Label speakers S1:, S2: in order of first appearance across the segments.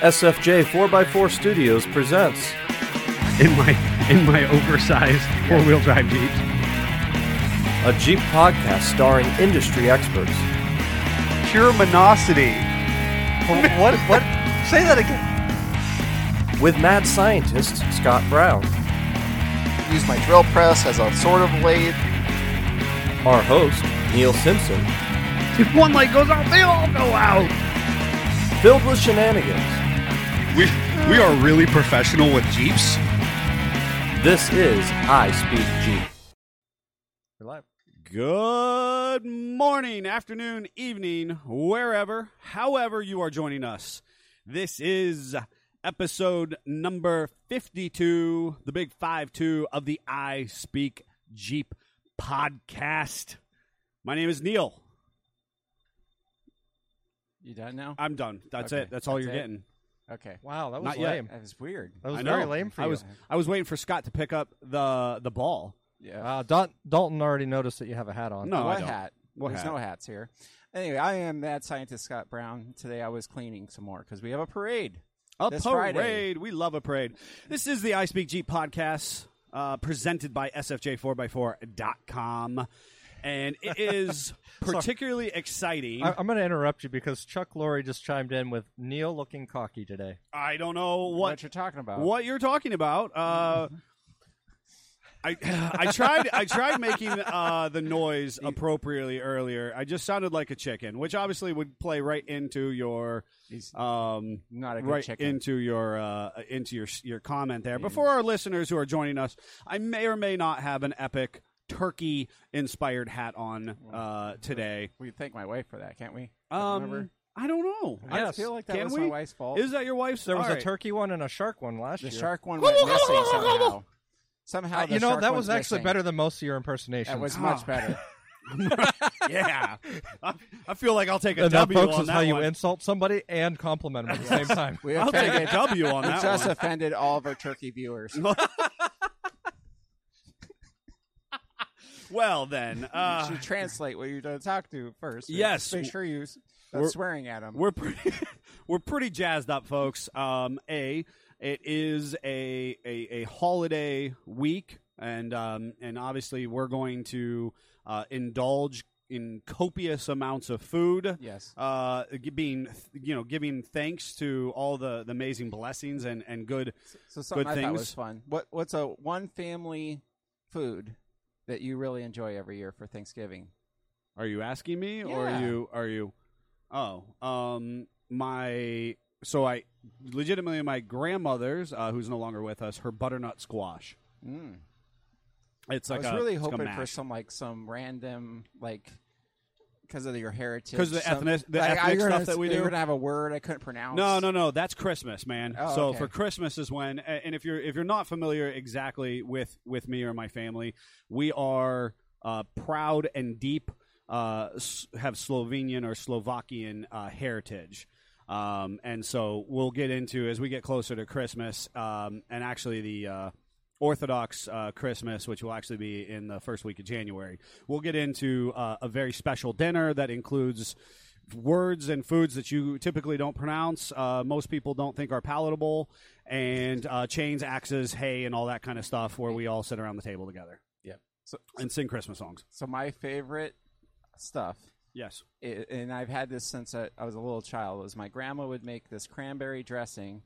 S1: SFJ 4x4 Studios presents
S2: in my in my oversized four wheel drive Jeep.
S1: a Jeep podcast starring industry experts.
S3: pure monosity. what? What? Say that again.
S1: With mad scientist Scott Brown,
S4: use my drill press as a sort of lathe.
S1: our host Neil Simpson,
S2: If one light goes out, they all go out.
S1: filled with shenanigans.
S5: We we are really professional with Jeeps.
S1: This is I Speak Jeep.
S5: Good morning, afternoon, evening, wherever, however you are joining us. This is episode number 52, the big 5-2 of the I Speak Jeep podcast. My name is Neil.
S6: You done now?
S5: I'm done. That's
S6: Okay,
S5: it. That's all
S6: that's
S5: you're
S6: it?
S5: getting.
S6: okay.
S7: Wow, that was
S5: Not yet.
S7: lame.
S6: That was weird.
S7: That was
S5: I know.
S7: very lame for
S5: I
S7: you.
S5: was I was waiting for Scott to pick up the the ball.
S6: Yeah.
S7: uh, Dal- Dalton already noticed that you have a hat on.
S5: No, I
S6: what
S5: don't.
S6: hat?
S5: What
S6: There's
S5: hat?
S6: no hats here. Anyway, I am Mad Scientist Scott Brown. Today I was cleaning some more because we have a parade.
S5: A
S6: This
S5: parade.
S6: Friday.
S5: We love a parade. This is the I Speak Jeep podcast uh, presented by SFJ4x4.com. And it is particularly exciting.
S7: I- I'm going to interrupt you because Chuck Lorre just chimed in with Neil looking cocky today.
S5: I don't know
S6: What,
S5: what
S6: you're talking about?
S5: what you're talking about. Uh, I I tried I tried making uh, the noise appropriately earlier. I just sounded like a chicken, which obviously would play right into your
S6: He's
S5: um,
S6: not a good
S5: right
S6: chicken.
S5: into your uh, into your your comment there. Before our listeners who are joining us, I may or may not have an epic turkey inspired hat on uh, today.
S6: we thank my wife for that, can't we? Remember?
S5: Um, I don't know.
S6: I
S7: yes.
S6: feel like that
S5: Can
S6: was
S5: we?
S6: my wife's fault.
S5: Is that your wife's?
S7: There was
S5: All
S7: a
S5: right.
S7: turkey one and a shark one last
S6: the
S7: year.
S6: shark one went missing somehow. Somehow,
S7: Uh,
S6: the
S7: you know,
S6: shark
S7: that
S6: one's
S7: was actually
S6: missing.
S7: better than most of your impersonations.
S6: That was
S5: Ah.
S6: much better.
S5: yeah, I, I feel like I'll take a
S7: and that,
S5: W
S7: folks,
S5: on
S7: is
S5: that
S7: how you
S5: one.
S7: insult somebody and compliment them at the same time.
S6: We
S5: I'll take a
S6: offended,
S5: W on
S6: we
S5: that
S6: just
S5: one.
S6: offended all of our turkey viewers.
S5: well then, uh,
S6: you should translate what you're going to talk to first.
S5: Yes.
S6: Make sure you
S5: We're-
S6: not swearing at them.
S5: We're pretty, we're pretty jazzed up, folks. Um, a, it is a a, a holiday week, and um, and obviously we're going to uh, indulge in copious amounts of food.
S6: Yes.
S5: Uh, gi- being you know giving thanks to all the, the amazing blessings and, and good
S6: So something
S5: good
S6: I thought
S5: things.
S6: was fun. What what's a one family food that you really enjoy every year for Thanksgiving?
S5: Are you asking me, or are
S6: Yeah.
S5: you are you? Oh, um, my. So I legitimately my grandmother's, uh, who's no longer with us, her butternut squash.
S6: Mm.
S5: It's
S6: I
S5: like
S6: was
S5: a-
S6: really
S5: it's like a
S6: hoping for
S5: mash.
S6: some like some random like because of your heritage,
S5: 'Cause the
S6: some-
S5: ethnic- the
S6: like,
S5: ethnic
S6: I- you're
S5: stuff
S6: gonna-
S5: that we
S6: You're
S5: do?
S6: gonna have a word I couldn't pronounce.
S5: No, no, no. That's Christmas, man.
S6: Oh,
S5: so
S6: okay.
S5: for Christmas is when, a- and if you're if you're not familiar exactly with with me or my family, we are uh, proud and deep uh, s- have Slovenian or Slovakian uh, heritage. Um, and so we'll get into as we get closer to Christmas, um, and actually the uh, Orthodox uh, Christmas, which will actually be in the first week of January. We'll get into uh, a very special dinner that includes words and foods that you typically don't pronounce, uh, most people don't think are palatable, and uh, chains, axes, hay, and all that kind of stuff where we all sit around the table together
S6: So,
S5: and sing Christmas songs.
S6: so my favorite stuff,
S5: Yes.
S6: i and I've had this since I, I was a little child, was my grandma would make this cranberry dressing.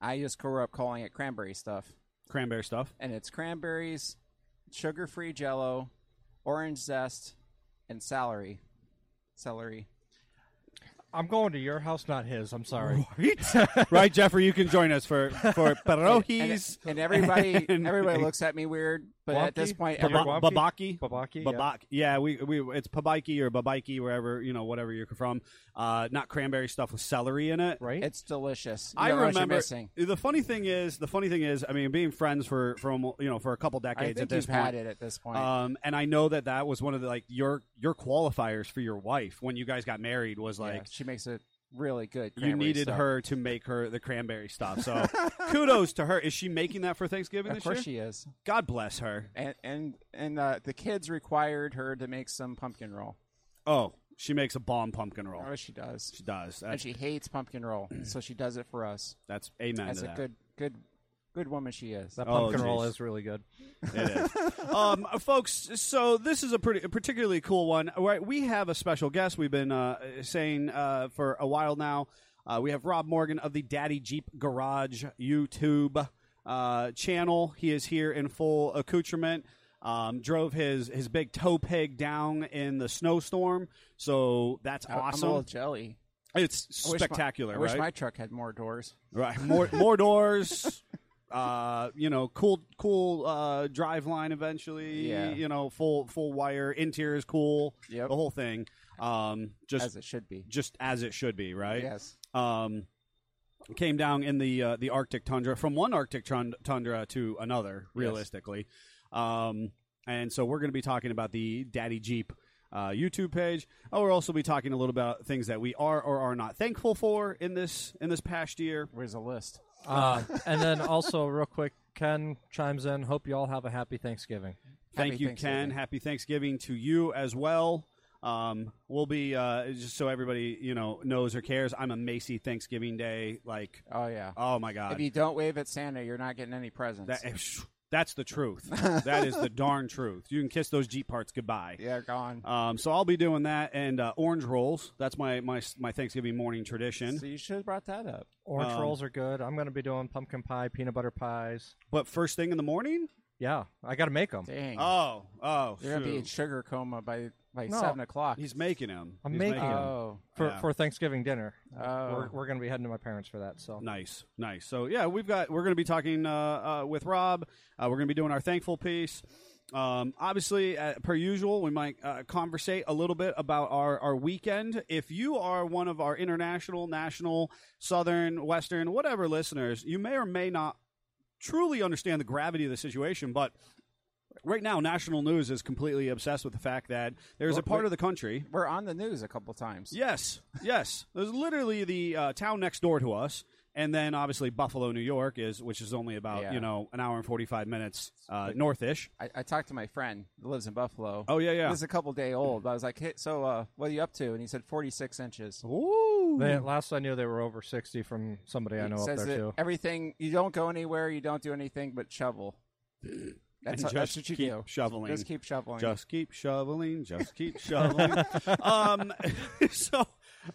S6: I just grew up calling it cranberry stuff.
S5: Cranberry stuff.
S6: and it's cranberries, sugar-free Jello, orange zest, and celery. Celery.
S7: I'm going to your house, not his. I'm sorry.
S5: Right? right, Jeffrey, you can join us for, for
S6: And,
S5: pierogies.
S6: and everybody,
S5: and-
S6: everybody looks at me weird. But at this
S7: Wonky?
S6: point,
S7: Ba-
S6: every,
S7: Wonky?
S5: Ba-
S7: Babaki,
S5: Babaki.
S7: yeah.
S5: Babak. Yeah, we, we it's Pabaki or Babaki, wherever, you know, whatever you're from. Uh, not cranberry stuff with celery in it.
S7: Right?
S6: it's delicious. You
S5: I
S6: don't know what you're
S5: remember
S6: missing.
S5: the funny thing is the funny thing is I mean being friends for from you know for a couple
S6: I
S5: decades
S6: think
S5: at this
S6: you've
S5: point
S6: had it at this point.
S5: Um, and I know that that was one of the like your your qualifiers for your wife when you guys got married was
S6: Yeah,
S5: like
S6: she makes a really good.
S5: you
S6: cranberry
S5: needed
S6: stuff.
S5: her to make her the cranberry stuff. So kudos to her. Is she making that for Thanksgiving
S6: Of
S5: this
S6: course
S5: year?
S6: she is,
S5: God bless her.
S6: and and and uh, the kids required her to make some pumpkin roll.
S5: Oh, She makes a bomb pumpkin roll.
S6: Oh, she does.
S5: She does.
S6: And
S5: That's,
S6: she hates pumpkin roll, so she does it for us.
S5: that's amen
S6: That's
S5: to
S6: a
S5: that.
S6: good, good, good woman she is.
S7: That
S5: Oh,
S7: pumpkin roll
S5: jeez.
S7: is really good.
S5: It is. um, folks, so this is a pretty a particularly cool one. All Right, we have a special guest. We've been uh, saying uh, for a while now. Uh, we have Rob Morgan of the Daddy Jeep Garage YouTube uh, channel. He is here in full accoutrement. Um, drove his his big tow pig down in the snowstorm, so that's
S6: I- I'm a little
S5: awesome.
S6: jelly.
S5: It's
S6: I wish my-
S5: spectacular,
S6: I wish
S5: right?
S6: my truck had more doors.
S5: Right. More more doors. Uh, you know, cool, cool uh, drive line eventually.
S6: Yeah.
S5: You know, full full wire interior is cool.
S6: Yep.
S5: The whole thing. Um, just
S6: as it should be.
S5: just as it should be, right?
S6: Yes.
S5: Um, came down in the uh, the Arctic tundra from one Arctic tund- tundra to another, realistically. Um, and so we're going to be talking about the Daddy Jeep uh, YouTube page. Oh, we'll also be talking a little about things that we are or are not thankful for in this in this past year.
S6: Where's the list?
S7: Uh, and then also, real quick, Ken chimes in. Hope you all have a happy Thanksgiving.
S5: Thank
S6: Happy
S5: you, Ken.
S6: Thanksgiving.
S5: Happy Thanksgiving to you as well. Um, we'll be uh, just so everybody you know knows or cares. I'm a Macy Thanksgiving Day like.
S6: Oh yeah.
S5: Oh my
S6: if
S5: God,
S6: you don't wave at Santa, you're not getting any presents.
S5: that, that's the truth. that is the darn truth. You can kiss those Jeep parts goodbye.
S6: yeah, gone.
S5: Um, so I'll be doing that and uh, orange rolls. That's my my my Thanksgiving morning tradition.
S6: so you should have brought that up.
S7: Orange
S5: Um,
S7: rolls are good. I'm going to be doing pumpkin pie, peanut butter pies.
S5: But first thing in the morning.
S7: Yeah, I got to make them.
S6: Dang.
S5: Oh oh,
S6: you're gonna be in
S5: shoot.
S6: sugar coma by like
S7: No.
S6: seven o'clock.
S5: he's making them.
S7: I'm
S5: He's
S7: making 'em.
S6: oh.
S7: for,
S5: Yeah. Uh,
S7: for Thanksgiving dinner. Uh,
S6: Oh.
S7: We're, we're going to be heading to my parents for that. So
S5: Nice, nice. So yeah, we've got we're going to be talking uh, uh, with Rob. Uh, we're going to be doing our thankful piece. Um, obviously, uh, per usual, we might uh, conversate a little bit about our, our weekend. If you are one of our international, national, southern, western, whatever listeners, you may or may not truly understand the gravity of the situation. But right now, national news is completely obsessed with the fact that there's a
S6: What-
S5: part
S6: what-
S5: of the country
S6: We're on the news a couple times.
S5: Yes, yes. There's literally the uh, town next door to us, and then obviously Buffalo, New York is, which is only about
S6: Yeah.
S5: you know an hour and forty five minutes uh, northish.
S6: I, I talked to my friend who lives in Buffalo.
S5: Oh yeah, yeah.
S6: This is a couple day old. I was like, hey, so uh, what are you up to? And he said 46 inches.
S5: Oh, Ooh.
S7: they, last I knew, they were over 60 from somebody I
S6: He
S7: know up
S6: says
S7: there
S6: that
S7: too.
S6: everything. You don't go anywhere. You don't do anything but shovel. That's,
S5: And
S6: that's
S5: just
S6: what you
S5: keep
S6: do.
S5: shoveling.
S6: Just keep shoveling.
S5: Just keep shoveling. Just keep shoveling. um, so,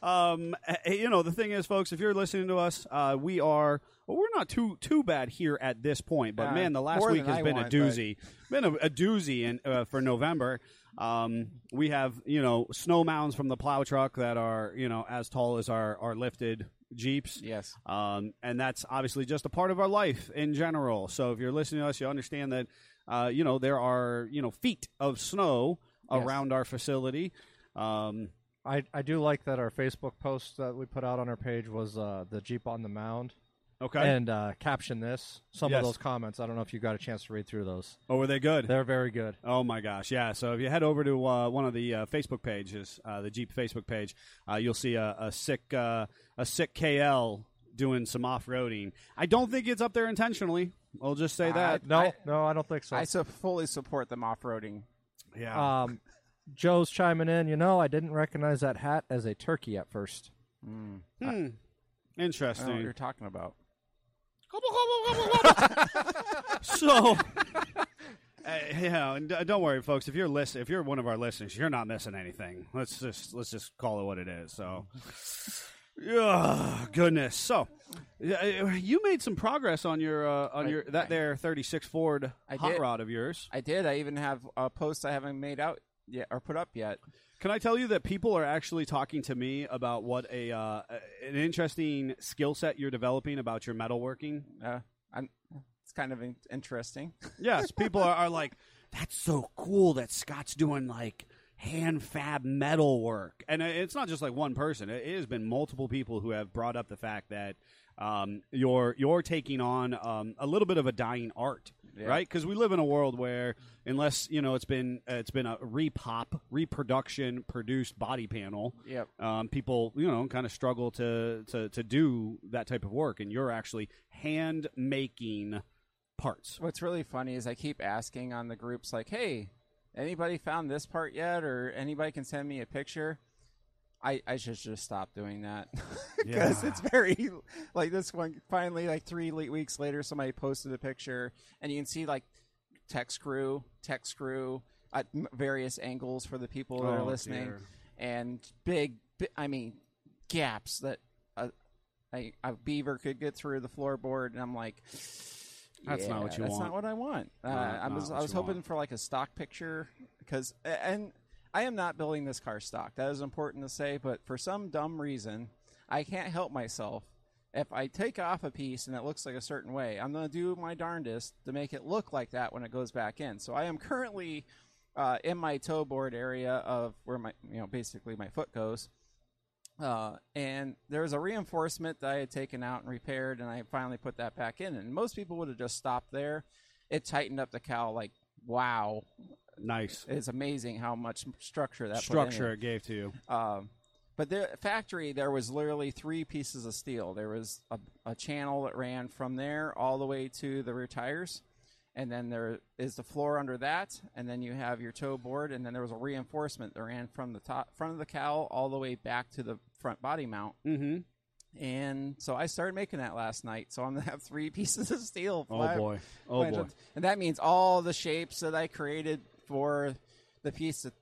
S5: um, eh, you know, the thing is, folks, if you're listening to us, uh, we are. Well, we're not too too bad here at this point, but
S6: Uh,
S5: man, the last
S6: more
S5: week
S6: than
S5: has
S6: I
S5: been a
S6: want, but-
S5: doozy. Been a, a doozy in, uh, for November. Um, we have you know snow mounds from the plow truck that are you know as tall as our our lifted jeeps.
S6: Yes.
S5: Um, and that's obviously just a part of our life in general. So if you're listening to us, you understand that, uh, you know, there are, you know, feet of snow
S6: Yes.
S5: around our facility. Um,
S7: I, I do like that our Facebook post that we put out on our page was uh, the Jeep on the Mound
S5: okay.
S7: and uh, caption this. Some
S5: Yes.
S7: of those comments. I don't know if you got a chance to read through those.
S5: oh, were they good?
S7: They're very good.
S5: Oh my gosh, yeah. So if you head over to uh, one of the uh, Facebook pages, uh, the Jeep Facebook page, uh, you'll see a, a sick uh, a sick KL doing some off roading. I don't think it's up there intentionally. I'll just say
S6: I-
S5: that.
S7: No,
S6: I-
S7: no, I don't think so.
S6: I so fully support them off roading.
S5: yeah.
S6: uh,
S7: um, Joe's chiming in. You know, I didn't recognize that hat as a turkey at first.
S5: Hmm.
S6: I don't know what you're
S5: Interesting.
S6: talking about.
S5: So. Uh, yeah, and d- don't worry, folks. If you're listen, if you're one of our listeners, you're not missing anything. Let's just let's just call it what it is. So, yeah, goodness. So, yeah, uh, you made some progress on your uh, on
S6: I-
S5: your that
S6: I-
S5: there 36 Ford
S6: I
S5: hot
S6: did.
S5: rod of yours.
S6: I did. I even have a post I haven't made out yet or put up yet.
S5: Can I tell you that people are actually talking to me about what a uh, an interesting skill set you're developing about your metalworking?
S6: Uh, I'm, it's kind of in- interesting.
S5: Yes, people are, are like, that's so cool that Scott's doing like hand fab metal work. And it- it's not just like one person, it it has been multiple people who have brought up the fact that. Um, you're you're taking on um, a little bit of a dying art,
S6: Yeah.
S5: right? Because we live in a world where, unless you know, it's been uh, it's been a repop reproduction produced body panel.
S6: Yep.
S5: Um, people, you know, kind of struggle to, to to do that type of work, and you're actually hand making parts.
S6: What's really funny is I keep asking on the groups, like, hey, anybody found this part yet? Or anybody can send me a picture? I, I should just stop doing that because it's very like this one. Finally, like three late weeks later, somebody posted a picture, and you can see like tech screw, tech screw at m- various angles for the people that are
S5: Oh,
S6: listening,
S5: dear.
S6: and big, bi- I mean, gaps that a, a, a beaver could get through the floorboard, and I'm like.
S5: That's not what
S6: "Yeah,
S5: you
S6: that's
S5: want."
S6: not what I want. Uh,
S5: Not-
S6: I
S5: not
S6: was
S5: what
S6: I was
S5: you
S6: hoping
S5: want.
S6: for like a stock picture because and I am not building this car stock. That is important to say, but for some dumb reason, I can't help myself. If I take off a piece and it looks like a certain way, I'm going to do my darndest to make it look like that when it goes back in. So I am currently uh, in my toe board area of where my you know basically my foot goes. Uh, and there was a reinforcement that I had taken out and repaired, and I finally put that back in. And most people would have just stopped there. It tightened up the cowl like, wow,
S5: Nice
S6: it's amazing how much structure that put in
S5: structure
S6: it.
S5: it gave to you.
S6: Um, but the factory, there was literally three pieces of steel. There was a, a channel that ran from there all the way to the rear tires, and then there is the floor under that, and then you have your toe board, and then there was a reinforcement that ran from the top front of the cowl all the way back to the front body mount.
S5: Mm-hmm.
S6: And so I started making that last night. So I'm gonna have three pieces of steel.
S5: Oh
S6: fly-
S5: boy. Oh
S6: flying
S5: boy.
S6: up- And that means all the shapes that I created for the piece that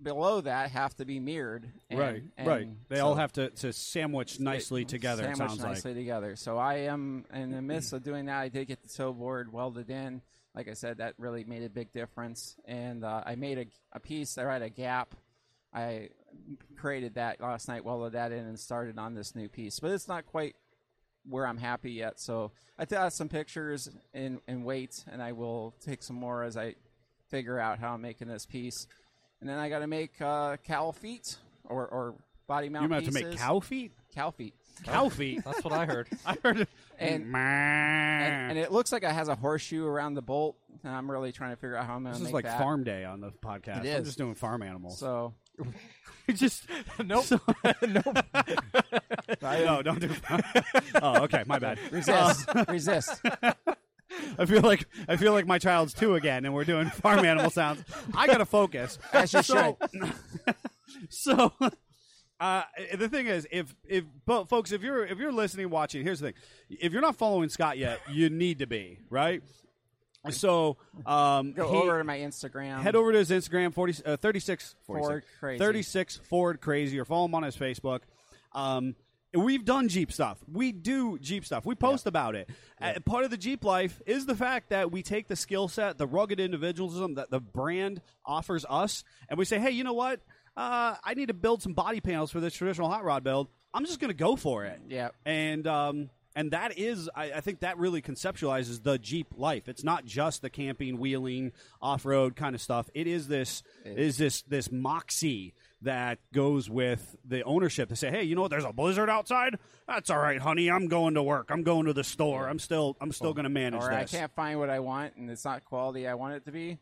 S6: below that have to be mirrored. And,
S5: right.
S6: and
S5: right. They all
S6: so
S5: have to, to sandwich nicely together. It
S6: sandwiched
S5: sounds
S6: nicely together. So I am in the midst of doing that. I did get the toe board welded in. Like I said, that really made a big difference. And uh, I made a, a piece. I had a gap. I created that last night, welded that in, and started on this new piece. But it's not quite where I'm happy yet. So I took out some pictures and, and wait, and I will take some more as I figure out how I'm making this piece. And then I got to make uh, cow feet or, or body
S5: like
S6: mount
S5: you might have to
S6: pieces.
S5: make cow feet.
S6: cow feet.
S5: Cow feet.
S7: That's what I heard.
S5: I heard it.
S6: And,
S5: Eh.
S6: and and it looks like it has a horseshoe around the bolt. And I'm really trying to figure out how I'm going to
S5: this
S6: make
S5: is like
S6: that.
S5: farm day on the podcast.
S4: It
S5: I'm
S4: is.
S5: just doing farm animals.
S6: So
S5: It's just nope, nope. no, don't do. oh, okay, my bad. Uh,
S6: resist, resist.
S5: I feel like I feel like my child's two again, and we're doing farm animal sounds. I gotta focus.
S6: As you
S5: so, so, uh, the thing is, if if but folks, if you're if you're listening, watching, here's the thing: if you're not following Scott yet, you need to be right. So, um,
S6: Go
S5: he-
S6: over to my Instagram.
S5: Head over to his Instagram, 40, uh, 36,
S6: Ford
S5: 46,
S6: Crazy.
S5: 36 Ford Crazy, or follow him on his Facebook. Um, we've done Jeep stuff. We do Jeep stuff. We post about it. Uh, part of the Jeep life is the fact that we take the skill set, the rugged individualism that the brand offers us, and we say, hey, you know what? Uh, I need to build some body panels for this traditional hot rod build. I'm just going to go for it
S6: Yeah.
S5: and um, and that is I, I think that really conceptualizes the Jeep life. It's not just the camping, wheeling, off road kind of stuff. It is this is this this moxie that goes with the ownership to say, hey, you know what? There's a blizzard outside. That's all right, honey. I'm going to work. I'm going to the store. I'm still I'm still going to manage
S6: Or I
S5: this.
S6: can't find what I want, and it's not quality I want it to be.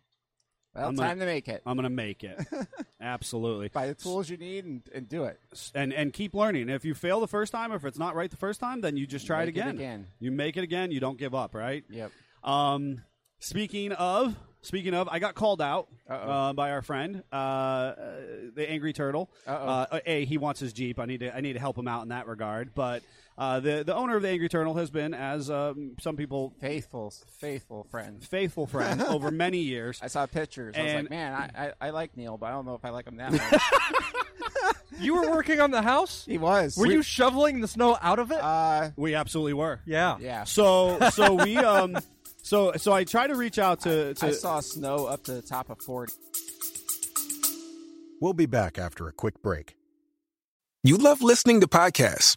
S6: Well,
S5: I'm a-
S6: time to make it.
S5: I'm going to make it. Absolutely.
S6: Buy the tools you need and, and do it.
S5: and and keep learning. If you fail the first time, or if it's not right the first time, then you just try
S6: Make it
S5: it again.
S6: again.
S5: You make it again. You don't give up, right?
S6: Yep.
S5: Um, speaking of, speaking of, I got called out uh, by our friend, uh, uh, the Angry Turtle. Uh, a he wants his Jeep. I need to I need to help him out in that regard. But uh, the the owner of the Angry Turtle has been, as um, some people,
S6: Faithful, faithful friend.
S5: faithful friend over many years.
S6: I saw pictures. I was
S5: And-
S6: like, man, I, I, I like Neil, but I don't know if I like him that much.
S7: You were working on the house?
S6: he was.
S7: Were you shoveling the snow out of it?
S6: Uh,
S5: We absolutely were.
S7: yeah.
S6: yeah.
S5: So so we um so so I tried to reach out to to
S6: I saw snow up to the top of 40.
S8: We'll be back after a quick break.
S9: You love listening to podcasts,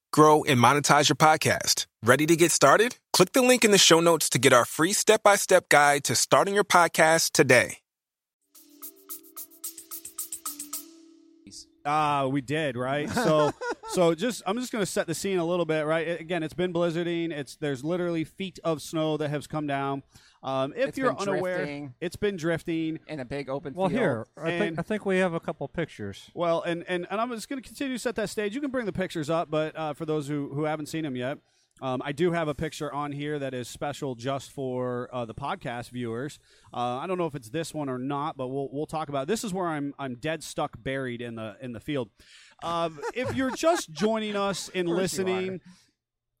S9: grow, and monetize your podcast. Ready to get started? Click the link in the show notes to get our free step by step guide to starting your podcast today.
S5: Ah, we did, right? So so just I'm just going to set the scene a little bit, right? A- Again, it's been blizzarding. It's there's literally feet of snow that has come down. Um, if
S6: It's
S5: you're
S6: been
S5: unaware,
S6: drifting.
S5: it's been drifting.
S6: in a big open
S7: Well,
S6: field.
S7: here I
S5: And-
S7: think I think we have a couple pictures.
S5: Well, and and, and I'm just going to continue to set that stage. You can bring the pictures up, but uh, for those who who haven't seen them yet, um, I do have a picture on here that is special just for uh, the podcast viewers. Uh, I don't know if it's this one or not, but we'll we'll talk about. It. This is where I'm I'm dead stuck buried in the in the field. Um, if you're just joining us and listening,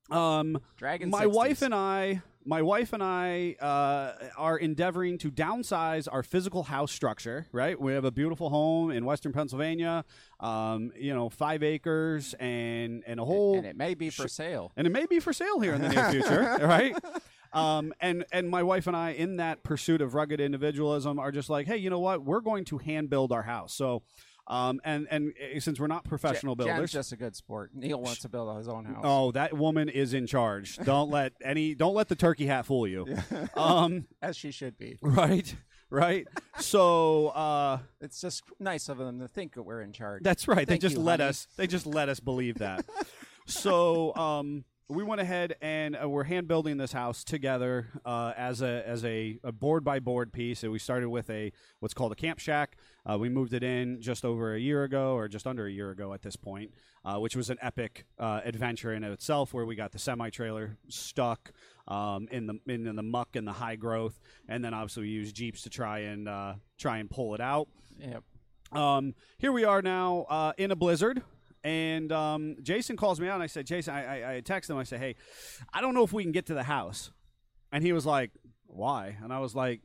S5: um,
S6: Dragon
S5: my
S6: 60s.
S5: wife and I, my wife and I uh, are endeavoring to downsize our physical house structure. Right, we have a beautiful home in Western Pennsylvania. Um, you know, five acres and and a whole
S6: and it may be for sale.
S5: and it may be for sale here in the near future, right? Um, and and my wife and I, in that pursuit of rugged individualism, are just like, hey, you know what? We're going to hand build our house. So, um, and and uh, since we're not professional
S6: Jen's
S5: builders,
S6: just a good sport. Neil wants to build his own house.
S5: oh, that woman is in charge. Don't let any, don't let the turkey hat fool you. Um,
S6: As she should be.
S5: right, right. So uh,
S6: It's just nice of them to think that we're in charge.
S5: That's right. they
S6: Thank
S5: just
S6: you,
S5: let
S6: honey.
S5: us. They just let us believe that. so um, we went ahead and uh, we're hand building this house together uh, as a as a, a board by board piece. And we started with a what's called a camp shack. Uh, we moved it in just over a year ago, or just under a year ago at this point, uh, which was an epic uh, adventure in itself, where we got the semi trailer stuck um, in the in, in the muck and the high growth, and then obviously we used jeeps to try and uh, try and pull it out.
S6: Yep.
S5: Um, here we are now uh, in a blizzard. And um, Jason calls me out, and I said, Jason, I, I, I text him. I say, hey, I don't know if we can get to the house. And he was like, why? And I was like,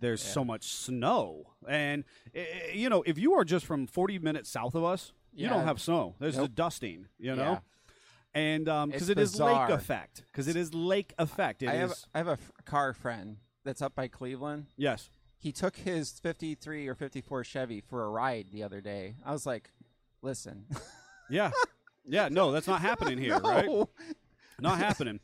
S5: there's so much snow. And, eh, eh, you know, if you are just from 40 minutes south of us, you
S6: Yeah.
S5: don't have snow. There's
S6: Nope.
S5: the dusting, you
S6: Yeah.
S5: know? And because
S6: It's
S5: it is
S6: bizarre.
S5: lake effect. Because it is lake effect. It is
S6: I have I have a f- car friend that's up by Cleveland.
S5: yes.
S6: He took his 53 or 54 Chevy for a ride the other day. I was like, "Listen,
S5: Yeah. Yeah, no, that's not happening here, right?
S6: no.
S5: Not happening.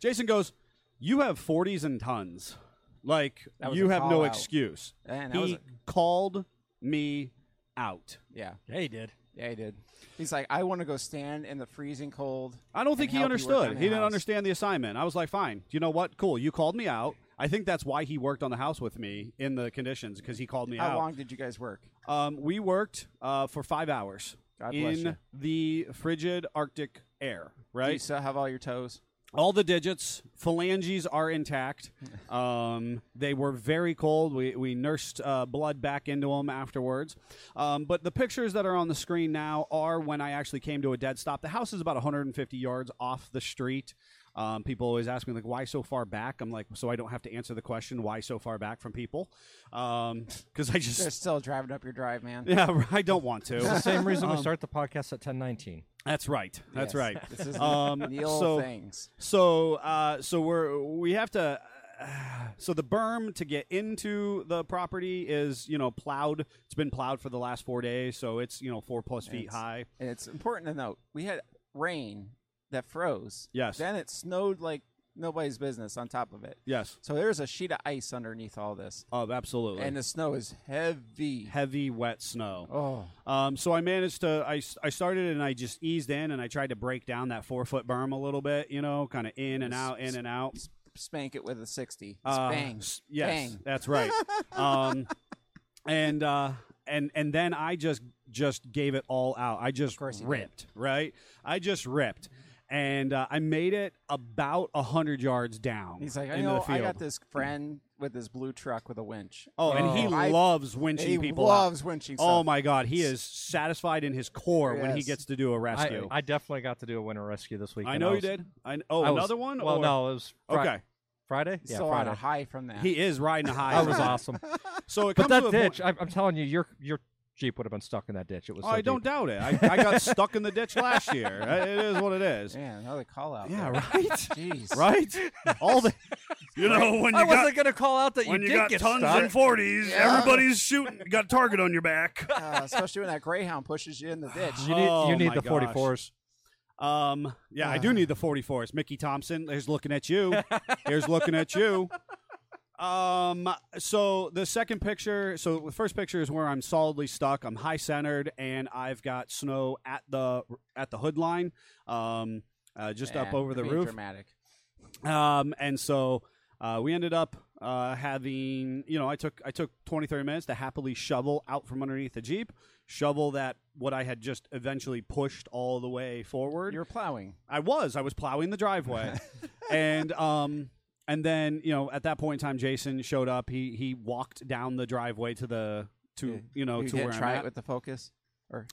S5: Jason goes, You have 40s and tons. Like,
S6: That was
S5: you
S6: a
S5: have
S6: call
S5: no
S6: out.
S5: excuse.
S6: And that was
S5: he called me out.
S6: Yeah,
S7: Yeah, he did.
S6: yeah, he did. He's like, "I want to go stand in the freezing cold."
S5: I don't
S6: and
S5: think he
S6: help you work on
S5: understood.
S6: the
S5: He didn't
S6: house."
S5: understand the assignment. I was like, Fine, you know what? Cool. You called me out. I think that's why he worked on the house with me in the conditions because he called me
S6: How
S5: out.
S6: long did you guys work?
S5: Um, we worked uh, for five hours
S6: God
S5: in
S6: bless you.
S5: the frigid Arctic air,
S6: Do
S5: right?
S6: you still have all your toes?
S5: all the digits phalanges are intact um, they were very cold we, we nursed uh, blood back into them afterwards um, but the pictures that are on the screen now are when i actually came to a dead stop the house is about 150 yards off the street um, people always ask me like why so far back i'm like so i don't have to answer the question why so far back from people because i
S6: They're
S5: just
S6: still driving up your drive, man.
S5: yeah i don't want
S7: The
S5: to
S7: same reason we start the podcast at ten nineteen.
S5: that's right that's
S6: Yes.
S5: right
S6: This is
S5: Um,
S6: Neil
S5: so-
S6: things.
S5: So, uh, so we're we have to. so the berm to get into the property is you know plowed. It's been plowed for the last four days, so it's you know four plus feet
S6: It's-
S5: high.
S6: And it's important to note we had rain that froze.
S5: Yes.
S6: Then it snowed like nobody's business on top of it.
S5: Yes.
S6: So there's a sheet of ice underneath all this.
S5: Oh, absolutely.
S6: And the snow is heavy.
S5: heavy wet snow.
S6: Oh.
S5: Um, so I managed to I, s- I started and I just eased in and I tried to break down that four foot berm a little bit, you know, kind of in and out, in and out.
S6: Spank it with a 60.
S5: Uh,
S6: Bang.
S5: s- Yes,
S6: Bang.
S5: that's right. um, and uh, and and then I just just gave it all out. I just
S6: course you did.
S5: ripped, right? I just ripped, and uh, I made it about hundred yards down.
S6: He's like, I
S5: into
S6: know
S5: the field.
S6: I got this friend with this blue truck with a winch.
S5: Oh, and he
S6: Oh, I-
S5: loves winching
S6: he
S5: people.
S6: loves
S5: out.
S6: winching
S5: Oh
S6: stuff.
S5: my God, he is satisfied in his core when he
S6: Yes.
S5: gets to do a
S7: I,
S5: rescue.
S7: I definitely got to do a winter rescue this week.
S5: I know you did. I kn- oh, another one?
S7: Well,
S5: Or-
S7: no, it was Fri-
S5: Okay,
S7: Friday.
S6: He's
S7: Yeah,
S6: still on
S7: Friday.
S6: a high from that.
S5: he is riding high.
S7: That was
S5: from it.
S7: awesome.
S5: So it
S7: But
S5: comes to
S7: that
S5: a point-
S7: ditch, I, I'm telling you, your your Jeep would have been stuck in that ditch. It was.
S5: Oh,
S7: so
S5: I don't
S7: deep.
S5: doubt it. I, I got stuck in the ditch last year. I- It is what it is.
S6: yeah, another call out.
S5: Yeah,
S6: there.
S5: right.
S6: Jeez.
S5: right. All the you know when
S7: I wasn't gonna call out that
S1: When
S7: you
S1: you
S7: did
S1: got
S7: get
S1: tons
S7: stuck.
S1: and 40s, everybody's shooting, got target on your back.
S6: Uh, especially when that Greyhound pushes you in the ditch.
S7: you need,
S5: Oh
S7: you
S5: my
S7: need the Uh.
S5: gosh.
S7: 44s.
S5: Um, yeah, I do need the 44s. Mickey Thompson, here's looking at you. Here's looking at you. Um. So the second picture. So the first picture is where I'm solidly stuck. I'm high centered, and I've got snow at the at the hood line. Um. Uh, just up
S6: Yeah,
S5: over the
S6: being
S5: roof.
S6: Dramatic.
S5: Um. And so. Uh, we ended up uh, having, you know, I took I took 20, 30 minutes to happily shovel out from underneath the jeep, shovel that what I had just eventually pushed all the way forward.
S6: You're plowing.
S5: I was. I was plowing the driveway, and um, and then you know at that point in time, Jason showed up. He he walked down the driveway to the to
S6: Yeah.
S5: you know
S6: you
S5: to
S6: didn't
S5: where
S6: try
S5: I'm
S6: it
S5: at.
S6: with the focus.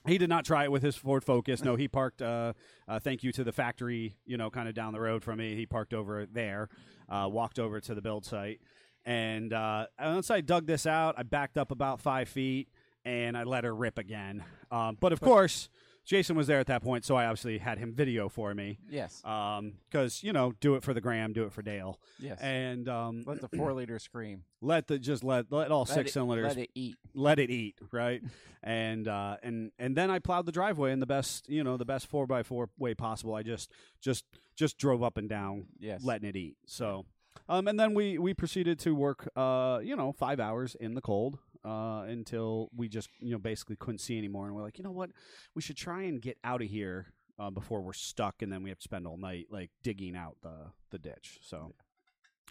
S5: he did not try it with his Ford Focus. No, he parked. Uh, uh, thank you to the factory. You know, kind of down the road from me. He parked over there. Uh, walked over to the build site, and uh, once I dug this out, I backed up about five feet and I let her rip again. Um, but of course, Jason was there at that point, so I obviously had him video for me
S6: Yes.
S5: um because you know do it for the gram do it for dale
S6: Yes.
S5: and um
S6: let the four liter scream.
S5: let the just let let all
S6: Let
S5: six
S6: it-
S5: cylinders
S6: Let it eat.
S5: let it eat right and uh and and then i plowed the driveway in the best you know the best four by four way possible i just just just drove up and down
S6: Yes.
S5: letting it eat so um and then we we proceeded to work uh you know five hours in the cold uh, until we just you know basically couldn't see anymore, and we're like, you know what, we should try and get out of here uh, before we're stuck, and then we have to spend all night like digging out the the ditch. So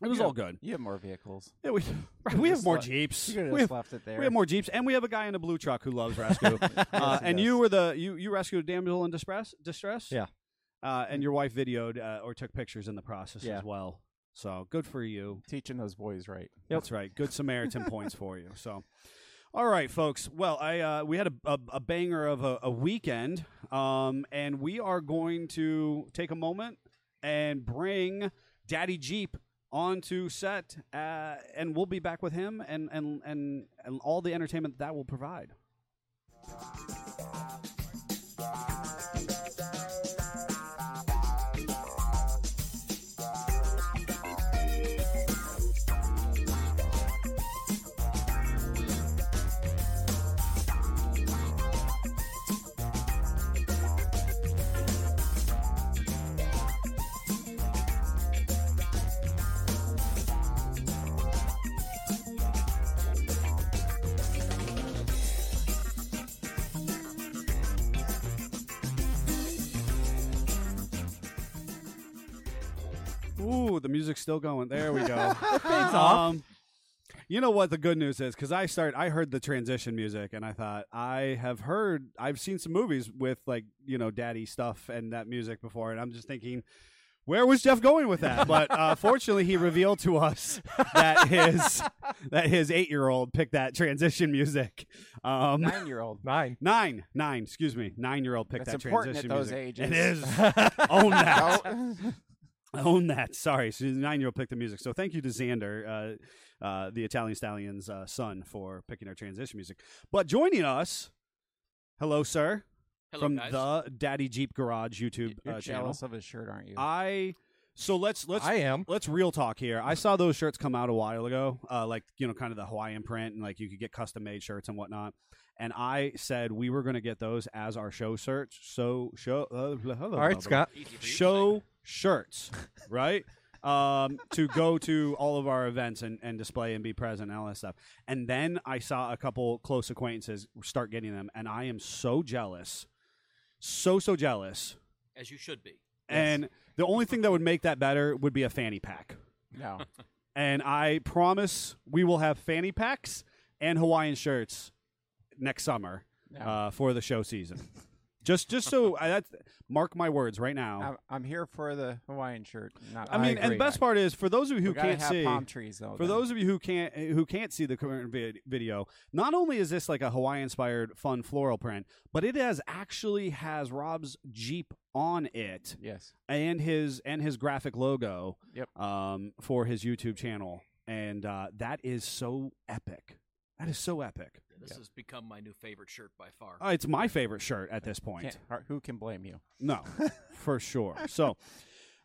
S5: it was
S6: Yeah.
S5: all good.
S6: You have more vehicles.
S5: Yeah, we we have
S6: just
S5: more
S6: let-
S5: jeeps.
S6: You could have
S5: We
S6: just
S5: have,
S6: left it there.
S5: we have more jeeps, and we have a guy in a blue truck who loves rescue. uh, and you were the you you rescued a damsel in distress. Distress.
S7: Yeah.
S5: Uh, and your wife videoed uh, or took pictures in the process
S7: Yeah.
S5: as well. So good for you.
S6: teaching those boys right.
S5: That's right. Good Samaritan points for you. So, all right, folks. Well, I uh, we had a, a, a banger of a, a weekend, um, and we are going to take a moment and bring Daddy Jeep onto set, uh, and we'll be back with him and and and, and all the entertainment that will provide. Ooh, the music's still going. There we go. um, you know what the good news is? Because I start, I heard the transition music, and I thought I have heard, I've seen some movies with like you know daddy stuff and that music before, and I'm just thinking. Where was Jeff going with that? But uh, fortunately, he revealed to us that his that his eight year old picked that transition music. Um,
S6: Nine year old.
S7: Nine.
S5: nine, nine, excuse me, nine year old picked
S6: That's
S5: that
S6: important
S5: transition
S6: at those
S5: music.
S6: ages.
S5: It is Oh, own that.
S4: Now,
S5: uh, Own that. Sorry, so the nine-year-old picked the music. So thank you to Xander, uh, uh, the Italian Stallion's uh, son, for picking our transition music. But joining us, hello, sir,
S10: Hello,
S5: from
S10: guys.
S5: the Daddy Jeep Garage YouTube
S6: You're
S5: uh, channel. Uh,
S6: jealous of his shirt, aren't you?
S5: I so let's let's
S7: I am.
S5: let's real talk here. I saw those shirts come out a while ago, uh, like you know, kind of the Hawaiian print, and like you could get custom made shirts and whatnot. And I said we were going to get those as our show search. So show. Uh, blah, blah,
S7: All
S5: blah,
S7: right, Scott.
S10: Easy for you to
S5: show shirts, right? um, to go to all of our events and, and display and be present and all that stuff. And then I saw a couple close acquaintances start getting them, and I am so jealous, so so jealous.
S10: say, as you should be.
S5: And the only thing that would make that better would be a fanny pack.
S6: no.
S5: And I promise we will have fanny packs and Hawaiian shirts next summer uh, for the show season. just just so I, that's, mark my words right now.
S6: I'm, I'm here for the Hawaiian shirt. Not,
S5: oh. I mean, and the
S6: agree.
S5: best part is for those of you
S6: We
S5: who
S6: gotta
S5: can't
S6: have
S5: see,
S6: palm trees though.
S5: for
S6: then.
S5: those of you who can't who can't see the current vid- video, not only is this like a Hawaii-inspired fun floral print, but it has actually has Rob's Jeep on it
S6: yes,
S5: and his and his graphic logo
S6: Yep.
S5: um, for his YouTube channel, and uh, that is so epic. That is so epic.
S10: Yeah, This has become my new favorite shirt by far.
S5: Uh, it's my favorite shirt at this point.
S6: Can't- har- who can blame you?
S5: No, for sure. So,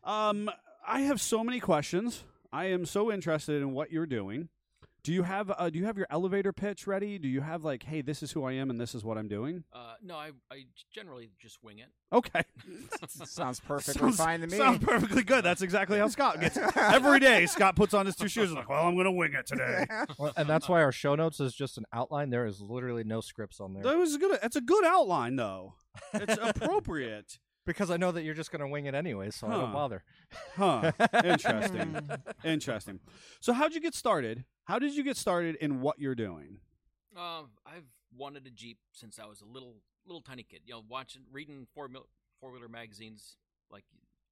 S5: um, I have so many questions. I am so interested in what you're doing. Do you have uh, do you have your elevator pitch ready? Do you have like, hey, this is who I am and this is what I'm doing?
S10: Uh, no, I, I generally just wing it.
S5: Okay,
S6: Sounds perfectly
S5: Sounds-
S6: fine to me.
S5: Sounds perfectly good. That's exactly how Scott gets it. every day. Scott puts on his two shoes and like, well, I'm gonna wing it today.
S7: Well, and that's why our show notes is just an outline. There is literally no scripts on
S5: That
S7: there
S5: was good. That's a good outline though. It's appropriate,
S7: because I know that you're just going to wing it anyway, so I
S5: Huh.
S7: don't bother.
S5: huh? Interesting, interesting. So, how'd you get started? How did you get started in what you're doing?
S10: Um, I've wanted a Jeep since I was a little little tiny kid. You know, watching, reading four four wheeler magazines like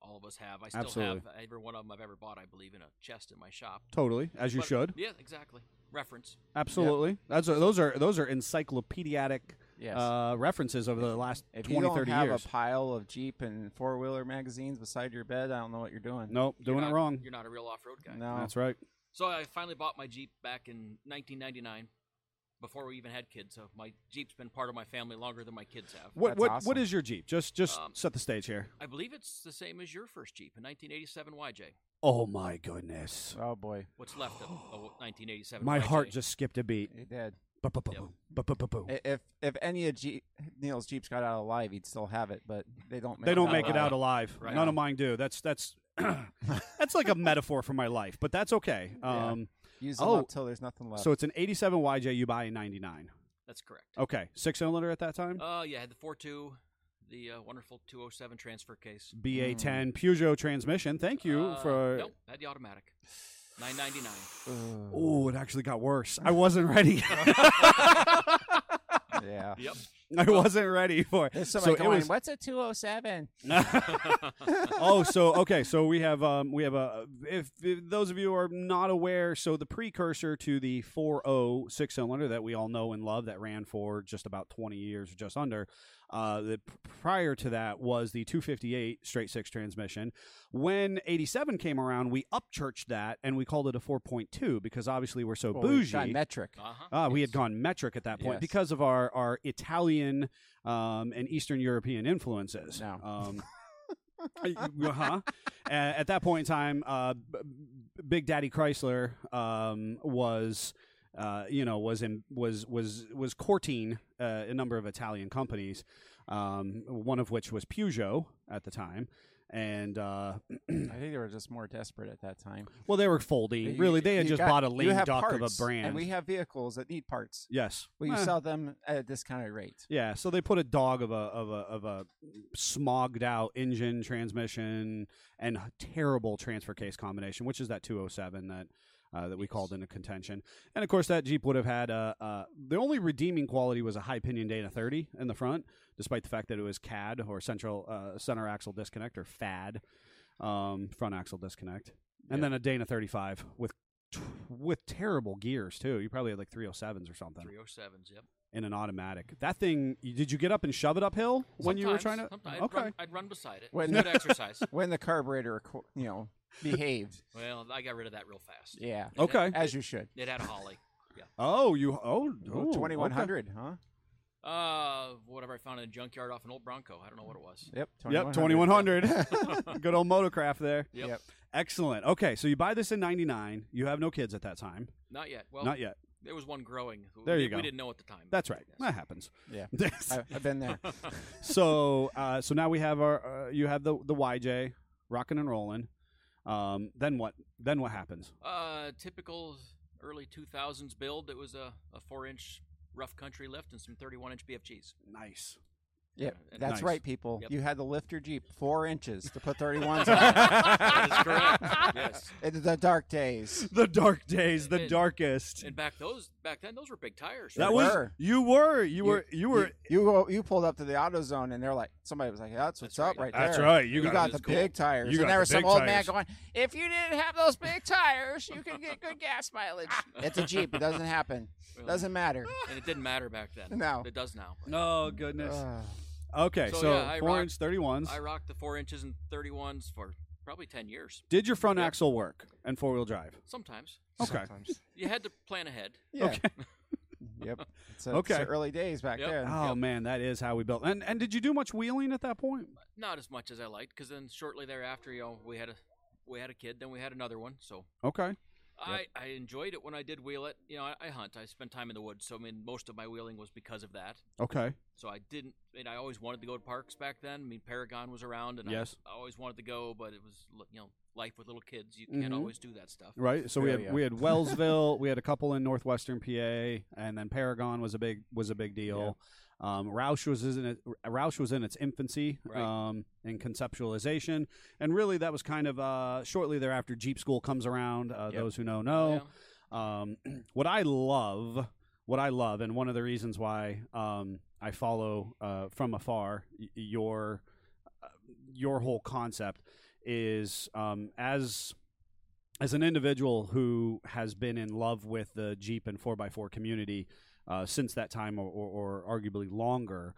S10: all of us have. I still
S5: Absolutely.
S10: have every one of them I've ever bought. I believe in a chest in my shop.
S5: Totally, as you
S10: But-
S5: should.
S10: Yeah, exactly. Reference.
S5: Absolutely. That's those are those are encyclopedic
S6: Yes.
S5: uh, references over the last
S6: if you
S5: 20,
S6: don't
S5: 30
S6: have
S5: years.
S6: a pile of Jeep and four wheeler magazines beside your bed, I don't know what you're doing.
S5: nope,
S10: You're
S5: doing it
S10: not-
S5: wrong.
S10: You're not a real off road guy.
S6: No.
S5: That's right.
S10: So I finally bought my Jeep back in 1999, before we even had kids. So my Jeep's been part of my family longer than my kids have.
S5: What
S6: That's
S5: what
S6: awesome.
S5: what is your Jeep? Just just
S10: Um,
S5: set the stage here.
S10: I believe it's the same as your first Jeep, a 1987 YJ.
S5: Oh my goodness.
S6: Oh boy,
S10: What's left of a 1987.
S5: My
S10: YJ.
S5: heart just skipped a beat.
S6: it did.
S5: Ba-ba-ba-boom, ba-ba-ba-boom.
S6: I- If if any of Jeep, Neil's Jeeps got out alive, he'd still have it, but they don't. Make
S5: They don't
S10: out
S5: make it
S10: alive.
S5: out alive.
S10: Right.
S5: None of mine do. That's that's that's like a metaphor for my life, but that's okay.
S6: Yeah.
S5: Um,
S6: Use them
S5: Oh.
S6: up till there's nothing left.
S5: So it's an 87 YJ you buy in 99.
S10: That's correct.
S5: Okay, six cylinder at that time.
S10: Uh, yeah, I had the 4.2, the uh, wonderful 207 transfer case.
S5: BA10 Peugeot transmission. Thank you
S10: Uh,
S5: for
S10: Nope, had the automatic. 999.
S5: Oh, it actually got worse. I wasn't ready.
S6: yeah.
S10: Yep.
S5: I wasn't ready for it.
S6: There's somebody
S5: so
S6: going,
S5: it was.
S6: What's a 207?
S5: oh, so okay. So we have um we have a if, if those of you are not aware, so the precursor to the 406 cylinder that we all know and love that ran for just about 20 years or just under, uh, the prior to that was the 258 straight six transmission. When 87 came around, we upchurched that and we called it a 4.2 because obviously we're so
S6: Well, we've
S5: bougie.
S6: gone metric.
S10: Uh-huh.
S5: Ah, we had
S6: Yes.
S5: gone metric at that point
S6: Yes.
S5: because of our, our Italian um, and Eastern European influences.
S6: No.
S5: Um, huh At that point in time, uh, B- B- Big Daddy Chrysler um, was, uh, you know, was in, was was was courting uh, a number of Italian companies, um, one of which was Peugeot at the time, and uh,
S6: I think they were just more desperate at that time.
S5: well, they were folding.
S6: You-
S5: Really, they had
S6: you
S5: just
S6: got-
S5: bought a
S6: you
S5: lame
S6: have
S5: duck of a
S6: parts,
S5: brand.
S6: And we have vehicles that need parts.
S5: yes,
S6: We
S5: Eh.
S6: sell them at a discounted rate.
S5: Yeah, so they put a dog of a of a of a smogged out engine, transmission, and a terrible transfer case combination, which is that 207 that uh, that we called into contention. And of course, that Jeep would have had uh, uh, the only redeeming quality was a high pinion Dana 30 in the front, despite the fact that it was CAD or central uh, center axle disconnect or FAD, um, front axle disconnect, and then a Dana 35 with with terrible gears too. You probably had like 307s or something
S10: 307s, yep.
S5: in an automatic. That thing, you- did you get up and shove it uphill when you were
S10: Sometimes-
S5: trying to?
S10: sometimes I'd,
S5: okay.
S10: run, I'd run beside it.
S6: When-
S10: Good exercise.
S6: When the carburetor, co- you know, behaved.
S10: Well, I got rid of that real fast.
S6: Yeah.
S5: Okay.
S6: As you should.
S10: It had a Holly.
S5: Oh, you. Oh,
S6: Ooh,
S5: ooh,
S6: 2100, huh?
S10: Uh, whatever I found in a junkyard off an old Bronco. I don't know what it was.
S6: Yep.
S5: okay. Yep, twenty one hundred. Good old motocraft there.
S10: Yep.
S6: Yep.
S5: Excellent. Okay, so you buy this in '99. You have no kids at that time.
S10: Not yet. Well,
S5: Not yet.
S10: There was one growing. Who
S5: There
S10: we,
S5: you go.
S10: We didn't know at the time.
S5: That's right.
S10: Yes.
S5: That happens.
S6: Yeah. I, I've been there.
S5: so, uh, so now we have our. Uh, you have the the YJ rocking and rolling. Um, then what? Then what happens?
S10: Uh, typical early 2000s build. It was a, a four inch rough country lift and some 31 inch BFGs.
S5: Nice.
S6: Yep.
S10: and-
S6: That's
S5: Nice.
S6: right, people.
S10: Yep.
S6: You had to lift your Jeep four inches to put 31s on
S10: that is correct. yes.
S6: it. in the dark days.
S5: The dark days, the
S10: And-
S5: darkest.
S10: And back those back then, those were big tires.
S5: that
S6: They
S5: was
S6: were.
S5: you were you were you were
S6: You go- you pulled up to the auto zone and they're like somebody was like that's what's
S10: That's
S6: up right
S10: right.
S5: That's
S6: there.
S5: right. You
S6: You,
S5: got-
S6: got,
S10: That's
S6: the
S10: cool.
S6: big tires.
S5: You got
S6: and
S5: the
S6: there was some
S5: big
S6: old man
S5: tires.
S6: going, "If you didn't have those big tires, you could get good gas mileage." it's a Jeep. It doesn't happen.
S10: Really.
S6: Doesn't matter.
S10: And it didn't matter back then.
S6: No.
S10: It does now.
S5: Oh goodness.
S6: Ugh.
S5: Okay, so,
S10: So, yeah, I
S5: four
S10: rock-
S5: inch thirty ones.
S10: I rocked the four inches and 31s for probably 10 years.
S5: Did your front
S10: Yep.
S5: axle work and four wheel drive?
S10: Sometimes.
S5: Okay.
S6: Sometimes.
S10: You had to plan ahead.
S6: Yeah.
S5: Okay.
S6: Yep. It's a,
S5: Okay.
S6: It's the early days back
S10: Yep.
S6: there.
S5: Oh
S10: Yep.
S5: man, that is how we built. And and did you do much wheeling at that point?
S10: Not as much as I liked, because then shortly thereafter, you know, we had a we had a kid, then we had another one. So
S5: Okay.
S10: I, I enjoyed it when I did wheel it. You know, I, I hunt. I spend time in the woods, so I mean, most of my wheeling was because of that.
S5: Okay.
S10: So I didn't, and I always wanted to go to parks back then. I mean, Paragon was around, and I-
S5: Yes.
S10: I, always wanted to go, but it was li- you know life with little kids. You
S5: Mhm.
S10: can't always do that stuff.
S5: Right. So we
S7: Yeah,
S5: had
S7: yeah.
S5: we had Wellsville, we had a couple in northwestern PA, and then Paragon was a big was a big deal. Um, Roush was in it, Roush was in its infancy
S10: Right.
S5: um, in conceptualization, and really that was kind of uh, shortly thereafter. Jeep School comes around. Uh, Those who know know.
S10: Yeah.
S5: Um, what I love, what I love, and one of the reasons why um, I follow uh, from afar y- your uh, your whole concept is um, as as an individual who has been in love with the Jeep and 4x4 community uh, since that time, or, or, or arguably longer.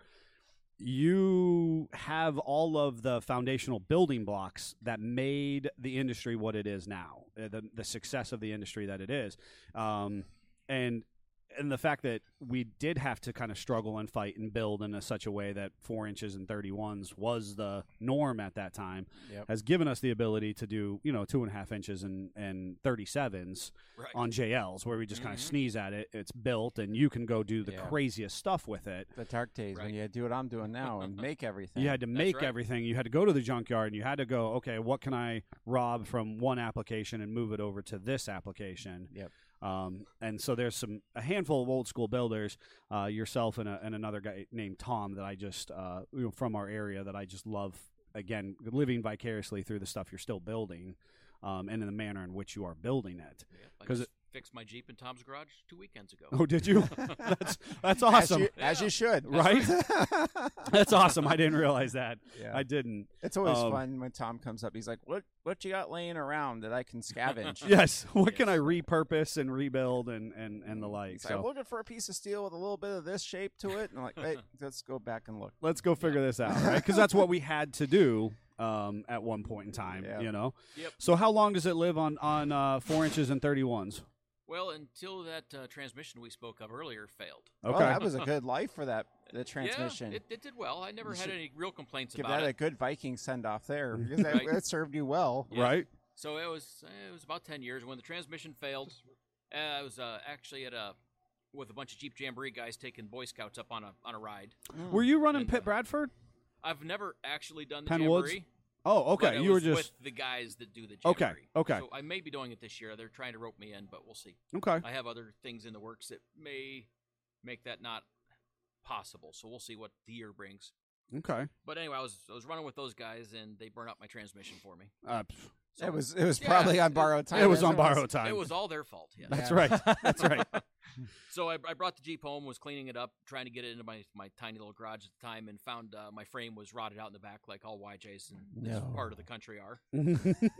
S5: You have all of the foundational building blocks that made the industry what it is now, uh, the, the success of the industry that it is um, and and the fact that we did have to kind of struggle and fight and build in a, such a way that four inches and thirty ones was the norm at that time
S7: Yep.
S5: has given us the ability to do you know two and a half inches and and thirty sevens
S10: Right.
S5: on JLs where we just kind
S10: Mhm.
S5: of sneeze at it. It's built and you can go do the
S6: Yeah.
S5: craziest stuff with it.
S6: The dark days
S10: Right.
S6: when you do what I'm doing now and make everything.
S5: You had to
S10: That's
S5: make
S10: right.
S5: everything. You had to go to the junkyard and you had to go, okay, what can I rob from one application and move it over to this application?
S6: Yep.
S5: Um, and so there's some a handful of old school builders, uh, yourself and, a, and another guy named Tom that I just uh, you know, from our area that I just love. Again, living vicariously through the stuff you're still building, um, and in the manner in which you are building it.
S10: Yeah, I
S5: 'Cause
S10: just fixed my Jeep in Tom's garage two weekends ago.
S5: Oh, did you? that's that's awesome,
S4: As you, as you should.
S5: right? that's awesome. I didn't realize that.
S6: Yeah.
S5: I didn't.
S6: It's always
S5: Um,
S6: fun when Tom comes up. He's like, "What? What you got laying around that I can scavenge?"
S5: Yes. What can I
S10: Yes.
S5: repurpose and rebuild and and and the like?
S6: He's like, I'm
S5: So
S6: looking for a piece of steel with a little bit of this shape to it, and I'm like, "Hey, let's go back and look."
S5: let's go figure this out, right? Because that's what we had to do um, at one point in time.
S6: Yeah.
S5: You know.
S10: Yep.
S5: So how long does it live on on uh, four inches and thirty ones?
S10: Well, until that uh, transmission we spoke of earlier failed.
S5: Okay.
S6: Well, that was a good life for that the transmission.
S10: Yeah, it, it did well. I never
S6: You
S10: had
S6: should
S10: any real complaints
S6: Give
S10: about
S6: that a
S10: it.
S6: good Viking send off there because that,
S10: Right.
S6: that served you well.
S10: Yeah.
S5: Right.
S10: So it was eh, it was about ten years when the transmission failed. Uh, I was uh, actually at a with a bunch of Jeep Jamboree guys taking Boy Scouts up on a on a ride.
S5: Were you running
S10: And,
S5: Pitt
S10: uh,
S5: Bradford?
S10: I've never actually done the
S5: Penn
S10: Jamboree.
S5: Woods? Oh,
S10: but I
S5: okay. You were
S10: was
S5: just
S10: with the guys that do the
S5: Okay,
S10: Jamboree.
S5: okay.
S10: So I may be doing it this year. They're trying to rope me in, but we'll see.
S5: okay.
S10: I have other things in the works that may make that not possible. So we'll see what the year brings.
S5: Okay.
S10: But anyway, I was I was running with those guys and they burnt up my transmission for me.
S5: Uh, pff,
S10: So
S6: It was it was
S10: Yeah,
S6: probably on
S10: it-
S6: borrowed time.
S5: it was on
S6: wasn't
S5: borrowed time.
S10: it was all their fault. Yes.
S5: That's right. That's right.
S10: So I, I brought the Jeep home, was cleaning it up, trying to get it into my, my tiny little garage at the time, and found uh, my frame was rotted out in the back, like all YJs in this
S6: No.
S10: part of the country are.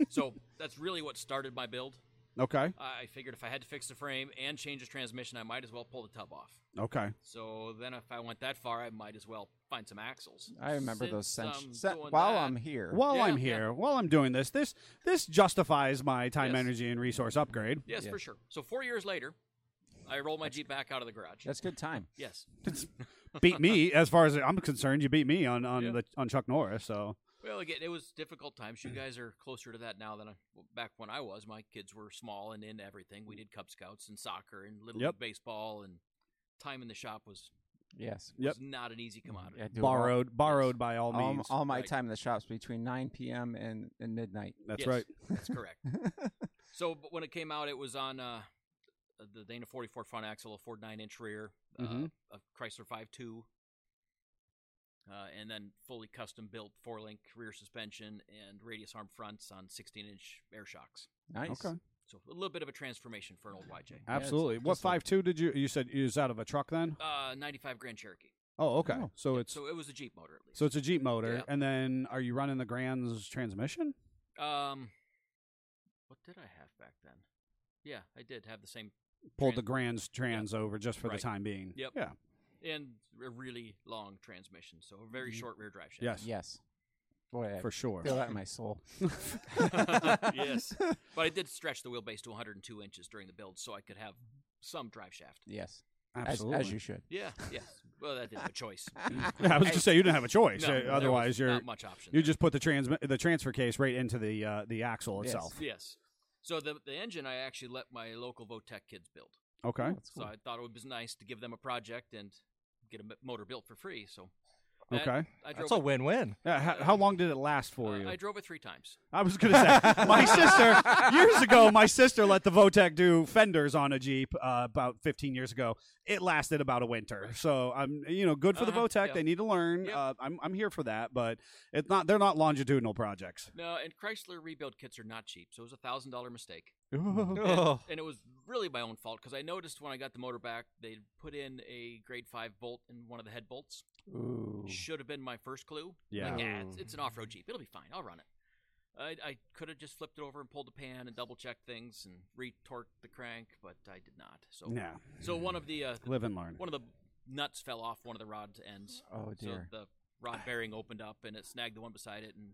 S10: so that's really what started my build.
S5: okay.
S10: I I figured if I had to fix the frame and change the transmission, I might as well pull the tub off.
S5: Okay.
S10: So then, if I went that far, I might as well find some axles.
S6: I remember
S10: Since um,
S6: those sent
S10: I'm
S6: sent-
S10: doing
S6: while
S10: that-
S6: I'm here.
S5: While
S10: Yeah,
S5: I'm
S10: yeah.
S5: here, while I'm doing this, this this justifies my time,
S10: Yes.
S5: energy, and resource upgrade.
S10: Yes, for sure. So four years later, I rolled my Jeep back out of the garage.
S6: That's good time.
S10: Yes.
S5: beat me as far as I'm concerned. You beat me on on
S10: Yeah.
S5: the on Chuck Norris. So
S10: Well, again, it was difficult times. You
S5: Mm-hmm.
S10: guys are closer to that now than I, well, back when I was. My kids were small and in everything. We did Cub Scouts and soccer and little
S5: Mm. Yep.
S10: league baseball, and time in the shop was,
S6: Yes.
S5: Yep. Mm,
S10: was not an easy commodity.
S6: Yeah, do it all-
S5: borrowed borrowed by all
S6: All,
S5: means.
S6: all my
S10: Right.
S6: time in the shops between 9 p.m. and, and midnight.
S5: That's
S10: Yes,
S5: right.
S10: That's correct. so, but when it came out, it was on uh, the Dana 44 front axle, a Ford 9 inch rear, uh,
S5: Mhm.
S10: a Chrysler 5.2, uh, and then fully custom built four link rear suspension and radius arm fronts on 16 inch air shocks.
S6: Nice.
S5: Okay.
S10: So, a little bit of a transformation for an
S5: Mm-hmm.
S10: old YJ.
S5: Absolutely.
S6: it's
S5: what
S6: just a-
S5: five two did you? You said you was out of a truck then.
S10: Uh, 95 Grand Cherokee.
S5: Oh, okay.
S6: Oh.
S5: So it's
S10: So it was a Jeep motor at least.
S5: so it's a Jeep motor,
S10: Yeah.
S5: and then are you running the Grand's transmission?
S10: um, what did I have back then? Yeah, I did have the same
S5: Pulled
S10: Tran-
S5: the Grand's trans over just for
S10: Right.
S5: the time being.
S10: Yep.
S5: Yeah.
S10: and a really long transmission, so a very short rear drive shaft.
S5: Mm-hmm. Yes.
S6: Yes. Boy, I
S5: For sure.
S6: feel that in my soul.
S10: yes. But I did stretch the wheelbase to 102 inches during the build, so I could have some drive shaft.
S6: Yes. As,
S5: Absolutely.
S6: as you should.
S10: Yeah. Yes. Well, that didn't have a choice.
S5: Yeah, I was just saying you didn't have a choice.
S10: No,
S5: Uh,
S10: there was
S5: Otherwise, you're
S10: not much option.
S5: you
S10: there.
S5: just put the trans the transfer case right into the uh, the axle
S6: Yes.
S5: itself.
S10: yes. So the the engine I actually let my local Votech kids build.
S5: Okay.
S10: So I thought it was nice to give them a project and get a m- motor built for free. So that-
S5: Okay.
S10: I drove
S7: That's a
S10: it,
S7: win-win.
S5: Yeah, how, how long did it last for
S10: uh,
S5: you?
S10: I drove it three times.
S5: I was gonna say my sister years ago. My sister let the Votech do fenders on a Jeep uh, about 15 years ago. It lasted about a winter, so I'm you know good for
S10: Uh-huh,
S5: the Votech.
S10: yeah.
S5: They need to learn.
S10: Yep.
S5: Uh, I'm I'm here for that, but it's not. They're not longitudinal projects.
S10: No, and Chrysler rebuild kits are not cheap, so it was a thousand dollar mistake.
S7: Oh.
S10: And it was really my own fault because I noticed when I got the motor back, they put in a grade five bolt in one of the head bolts.
S3: Ooh.
S10: Should have been my first clue.
S5: Yeah.
S10: Like, yeah, it's, it's an off road Jeep. It'll be fine. I'll run it. I, I could have just flipped it over and pulled the pan and double checked things and retorqued the crank, but I did not. So,
S5: Yeah.
S10: so one of the uh,
S5: Live and learn.
S10: one of the nuts fell off one of the rod ends.
S6: Oh dear.
S10: So the rod bearing opened up and it snagged the one beside it and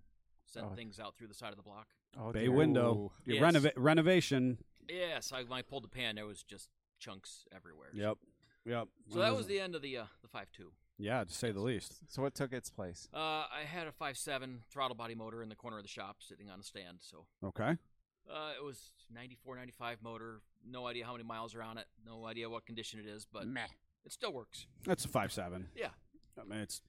S10: sent things out through the side of the block.
S6: oh
S5: Bay
S6: dear.
S5: window. Your
S10: Yes.
S5: renova- renovation.
S10: Yes, I, when I pulled the pan, there was just chunks everywhere.
S5: Yep. Yep.
S10: So that was the end of the uh, the five two.
S5: yeah, to say the least.
S6: So what took its place?
S10: Uh, I had a five seven throttle body motor in the corner of the shop, sitting on a stand. So
S5: Okay.
S10: uh, it was 94, 95 motor. No idea how many miles are on it. No idea what condition it is, but
S6: Mm.
S10: it still works.
S5: That's a five seven.
S10: Yeah.
S5: I mean, it's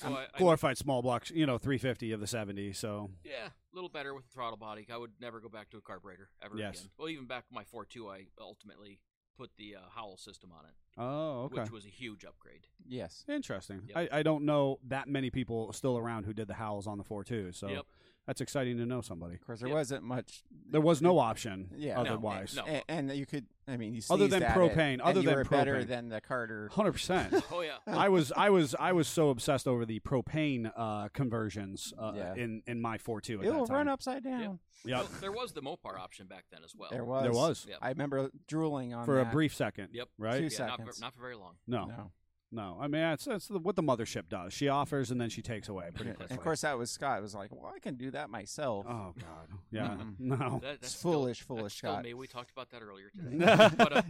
S10: So I, I,
S5: glorified small block. You know, 350 of the 70. So
S10: yeah, a little better with the throttle body. I would never go back to a carburetor ever
S5: Yes.
S10: again. Well, even back my four two, I ultimately put the uh, Howell system on it,
S5: oh okay.
S10: which was a huge upgrade.
S6: Yes.
S5: Interesting.
S10: Yep.
S5: I, I don't know that many people still around who did the howls on the four two, so
S10: Yep.
S5: that's exciting to know somebody.
S6: Of course, there
S10: Yep.
S6: wasn't much.
S5: There was no option
S6: Yeah. No, eh,
S5: otherwise.
S10: no.
S6: a- and you could. I mean, you
S5: Other than
S6: sneezed at it,
S5: propane,
S6: and
S5: other
S6: you
S5: than
S6: were better
S5: propane.
S6: than the Carter.
S5: Hundred percent.
S10: Oh yeah.
S5: I was I was I was so obsessed over the propane uh, conversions uh,
S6: Yeah.
S5: in in my four two.
S6: It will
S5: that time.
S6: run upside down.
S5: Yep.
S10: Well, there was the Mopar option back then as well.
S6: There was.
S5: Oh, There was
S10: Yep.
S6: I remember drooling on
S5: for a
S6: that.
S5: brief second.
S10: Yep.
S5: Right.
S6: Two
S10: Yeah, not, for,
S6: seconds.
S10: not for very long.
S5: No, no.
S6: No.
S5: I mean, that's that's the, what the mothership does. She offers and then she takes away pretty
S6: And
S5: quickly.
S6: of course, that was Scott. Was like, well, I can do that myself.
S5: Oh God. Yeah.
S6: Mm-mm.
S5: No.
S10: That-
S6: It's
S10: still-
S6: foolish,
S10: that's
S6: foolish
S10: still
S6: Scott.
S10: me. We talked about that earlier today. but, uh,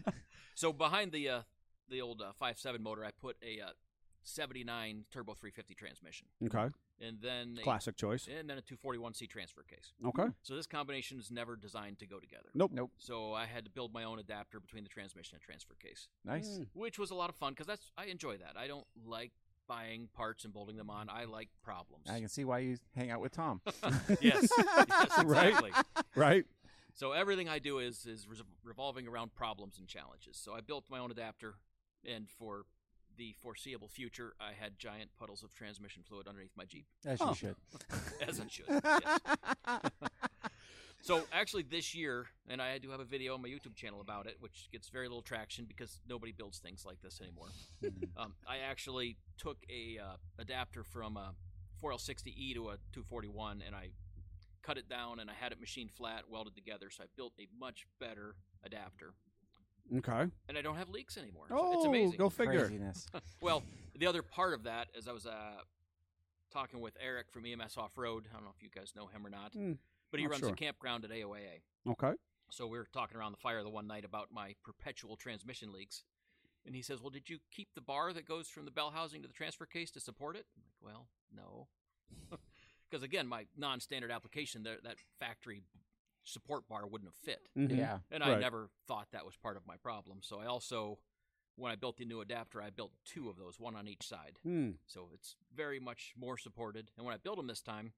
S10: so behind the uh, the old uh, five seven motor, I put a uh, seventy nine turbo three fifty transmission,
S5: Okay.
S10: and then a-
S5: Classic choice.
S10: and then a two forty one c transfer case.
S5: Okay.
S10: So this combination is never designed to go together.
S5: Nope.
S6: Nope.
S10: So I had to build my own adapter between the transmission and transfer case,
S6: Nice.
S5: Mm.
S10: which was a lot of fun because that's I enjoy that. I don't like buying parts and bolting them on. I like problems.
S6: I can see why you hang out with Tom.
S10: yes. yes,
S5: Right?
S10: exactly.
S5: Right.
S10: So everything I do is is res- revolving around problems and challenges. So I built my own adapter, and for the foreseeable future, I had giant puddles of transmission fluid underneath my Jeep,
S6: As
S5: Oh.
S6: you should.
S10: as I should. yes. So actually, this year, and I do have a video on my YouTube channel about it, which gets very little traction because nobody builds things like this anymore.
S5: Hmm.
S10: um, I actually took a uh, adapter from uh, a 4L60E E to a 241, and I cut it down, and I had it machined flat, welded together. So I built a much better adapter.
S5: Okay.
S10: and I don't have leaks anymore. It's-
S5: Oh,
S10: it's amazing.
S5: go figure.
S6: Craziness.
S10: well, the other part of that is I was uh, talking with Eric from EMS Off Road. I don't know if you guys know him or not,
S5: Mm,
S10: but he
S5: not
S10: runs
S5: sure.
S10: a campground at AOAA.
S5: Okay.
S10: So we were talking around the fire the one night about my perpetual transmission leaks. And he says, Well, did you keep the bar that goes from the bell housing to the transfer case to support it? I'm like, Well, no. Because again, my non standard application, there, that factory support bar wouldn't have fit.
S7: Mm-hmm.
S5: Mhm.
S6: Yeah.
S10: And I
S5: Right.
S10: never thought that was part of my problem. So I also, when I built the new adapter, I built two of those, one on each side.
S5: Hmm.
S10: So it's very much more supported. And when I built them this time,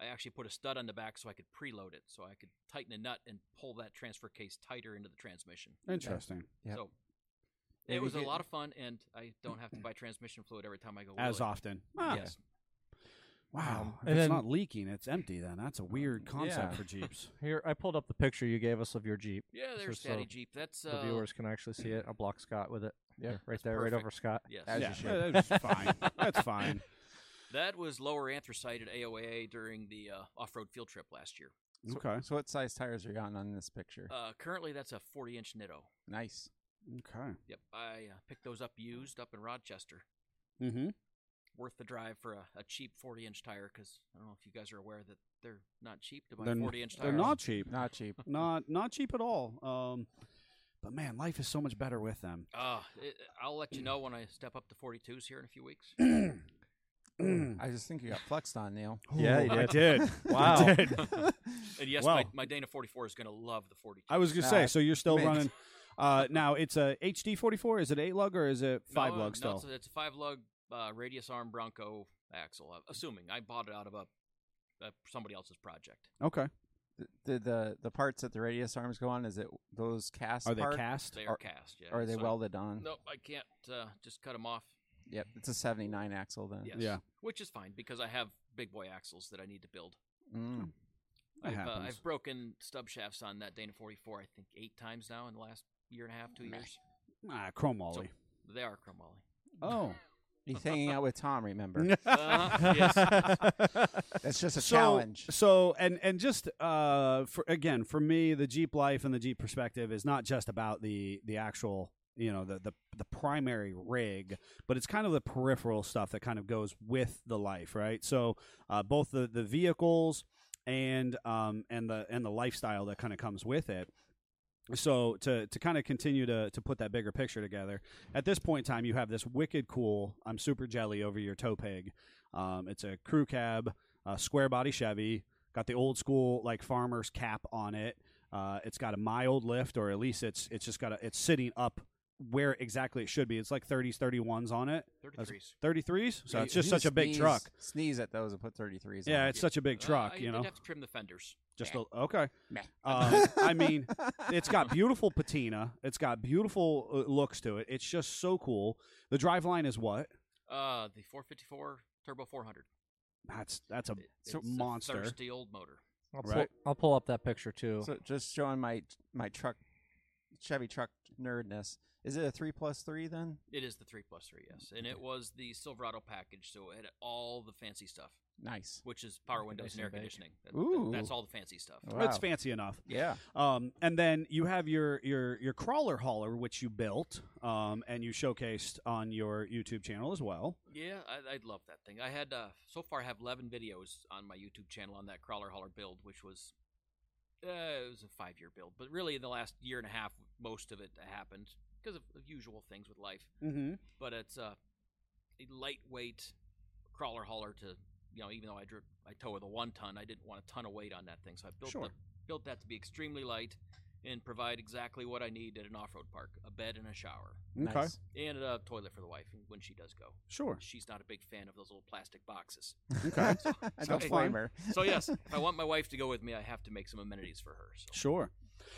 S10: I actually put a stud on the back so I could preload it, so I could tighten a nut and pull that transfer case tighter into the transmission.
S5: Interesting.
S6: Yep.
S10: So
S6: Yeah,
S10: it was
S6: you
S10: a
S6: get-
S10: lot of fun, and I don't have to buy transmission fluid every time I go.
S5: As
S10: wheeling.
S5: often. Ah,
S10: Yes.
S5: Wow. If
S7: And
S5: it's
S7: then-
S5: not leaking, it's empty then. That's a weird concept
S6: Yeah.
S5: for Jeeps.
S7: Here, I pulled up the picture you gave us of your Jeep.
S10: Yeah,
S7: So-
S10: there's
S7: so
S10: Daddy Jeep. That's uh,
S7: The viewers can actually see it. I block Scott with it.
S6: Yeah.
S7: Here, right
S10: That's
S7: there, right
S10: perfect.
S7: over Scott.
S10: Yes.
S6: As you
S5: yeah,
S6: should.
S5: that- that's fine. That's fine.
S10: That was lower anthracite at AOAA during the uh, off-road field trip last year.
S5: Okay.
S6: So what size tires are you on on this picture?
S10: Uh, currently, that's a 40-inch Nitto.
S6: nice.
S5: Okay.
S10: Yep, I uh, picked those up used up in Rochester.
S5: Mm-hmm.
S10: Worth the drive for a, a cheap 40-inch tire because I don't know if you guys are aware that they're not cheap to buy
S5: They're, n-
S10: 40-inch
S5: they're
S10: tires.
S5: not cheap.
S6: Not cheap.
S5: Not not cheap at all. Um, but man, life is so much better with them.
S10: Ah, Uh, it, I'll let you know when I step up to 42s here in a few weeks.
S5: Mm.
S6: I just think you got flexed on, Neil.
S7: Yeah, you
S5: I
S7: did.
S5: did.
S7: Wow.
S5: I did.
S10: And yes,
S5: Wow.
S10: my, my Dana 44 is going to love the 42.
S5: I was gonna
S6: Nah,
S5: say. So you're still
S6: mixed.
S5: running. Uh, now it's a HD 44. Is it eight lug or is it five
S10: no,
S5: lug
S10: No,
S5: still?
S10: it's, a- it's a five lug uh, radius arm Bronco axle. uh, Assuming I bought it out of a uh, somebody else's project.
S5: okay.
S6: Th- Did the the parts that the radius arms go on? Is it those cast?
S5: Are they
S6: part-
S5: cast?
S10: They are,
S6: Are-
S10: cast. Yeah.
S6: Or are they
S10: so-
S6: welded on?
S10: Nope, I can't uh, just cut them off.
S6: Yep, it's a seventy nine axle then.
S10: Yes.
S5: Uh, Yeah.
S10: Which is fine because I have big boy axles that I need to build.
S6: Mm.
S5: That
S10: I've, uh,
S5: happens.
S10: I've broken stub shafts on that Dana 44, I think, eight times now in the last year and a half, two years.
S5: Ah, Cromwelly.
S10: They are chromoly.
S5: oh.
S6: He's hanging out with Tom. Remember,
S10: Uh, yes.
S6: that's just a
S5: so,
S6: challenge.
S5: So and and just uh, for again for me, the Jeep life and the Jeep perspective is not just about the the actual you know the the the primary rig, but it's kind of the peripheral stuff that kind of goes with the life, right? So uh, both the the vehicles and um and the and the lifestyle that kind of comes with it. So to to kind of continue to to put that bigger picture together, at this point in time, you have this wicked cool. I'm super jelly over your tow pig. Um, it's a crew cab uh, square body Chevy. Got the old school like farmer's cap on it. Uh, it's got a mild lift, or at least it's it's just got a, it's sitting up where exactly it should be. It's like 30s, 31s on it,
S10: 33s.
S5: 33s. So
S6: You-
S5: it's just
S6: you
S5: such a big
S6: sneeze-
S5: truck.
S6: Sneeze at those and put thirty threes.
S5: Yeah,
S6: on.
S5: it's such a big truck.
S10: Uh,
S5: you
S10: I'd
S5: know,
S10: have to trim the fenders.
S5: just
S10: Meh.
S5: a, okay. Um, I mean, it's got beautiful patina. It's got beautiful uh, looks to it. It's just so cool. The driveline is what?
S10: Uh, the 454 Turbo 400.
S5: That's that's a
S10: It-
S5: so
S10: it's
S5: monster.
S10: A thirsty old motor.
S7: I'll pull,
S5: Right.
S7: I'll pull up that picture too.
S6: So just showing my my truck, Chevy truck nerdness. Is it a three plus three then?
S10: It is the three plus three, yes, and it was the Silverado package, so it had all the fancy stuff,
S6: Nice.
S10: which is power windows and air
S6: Conditioning
S10: conditioning. That- that- that's
S6: Ooh.
S10: all the fancy stuff.
S5: It's
S6: Wow.
S5: fancy enough.
S6: Yeah.
S5: Um, and then you have your your your crawler hauler, which you built um, and you showcased on your YouTube channel as well.
S10: Yeah, I, I love that thing. I had uh, so far I have eleven videos on my YouTube channel on that crawler hauler build, which was uh, it was a five year build, but really in the last year and a half, most of it happened because of the usual things with life.
S5: Mm-hmm.
S10: But it's uh, a lightweight crawler hauler to you know, even though I drew I tow with a one ton, I didn't want a ton of weight on that thing, so I built
S5: Sure.
S10: the, built that to be extremely light and provide exactly what I need at an off road park: a bed and a shower,
S5: Okay.
S6: Nice.
S10: and a toilet for the wife when she does go
S5: Sure.
S10: she's not a big fan of those little plastic boxes.
S5: Okay.
S6: I
S10: Sounds
S6: don't
S10: fun.
S6: blame her.
S10: So Oh, yes, if I want my wife to go with me, I have to make some amenities for her. So.
S5: Sure.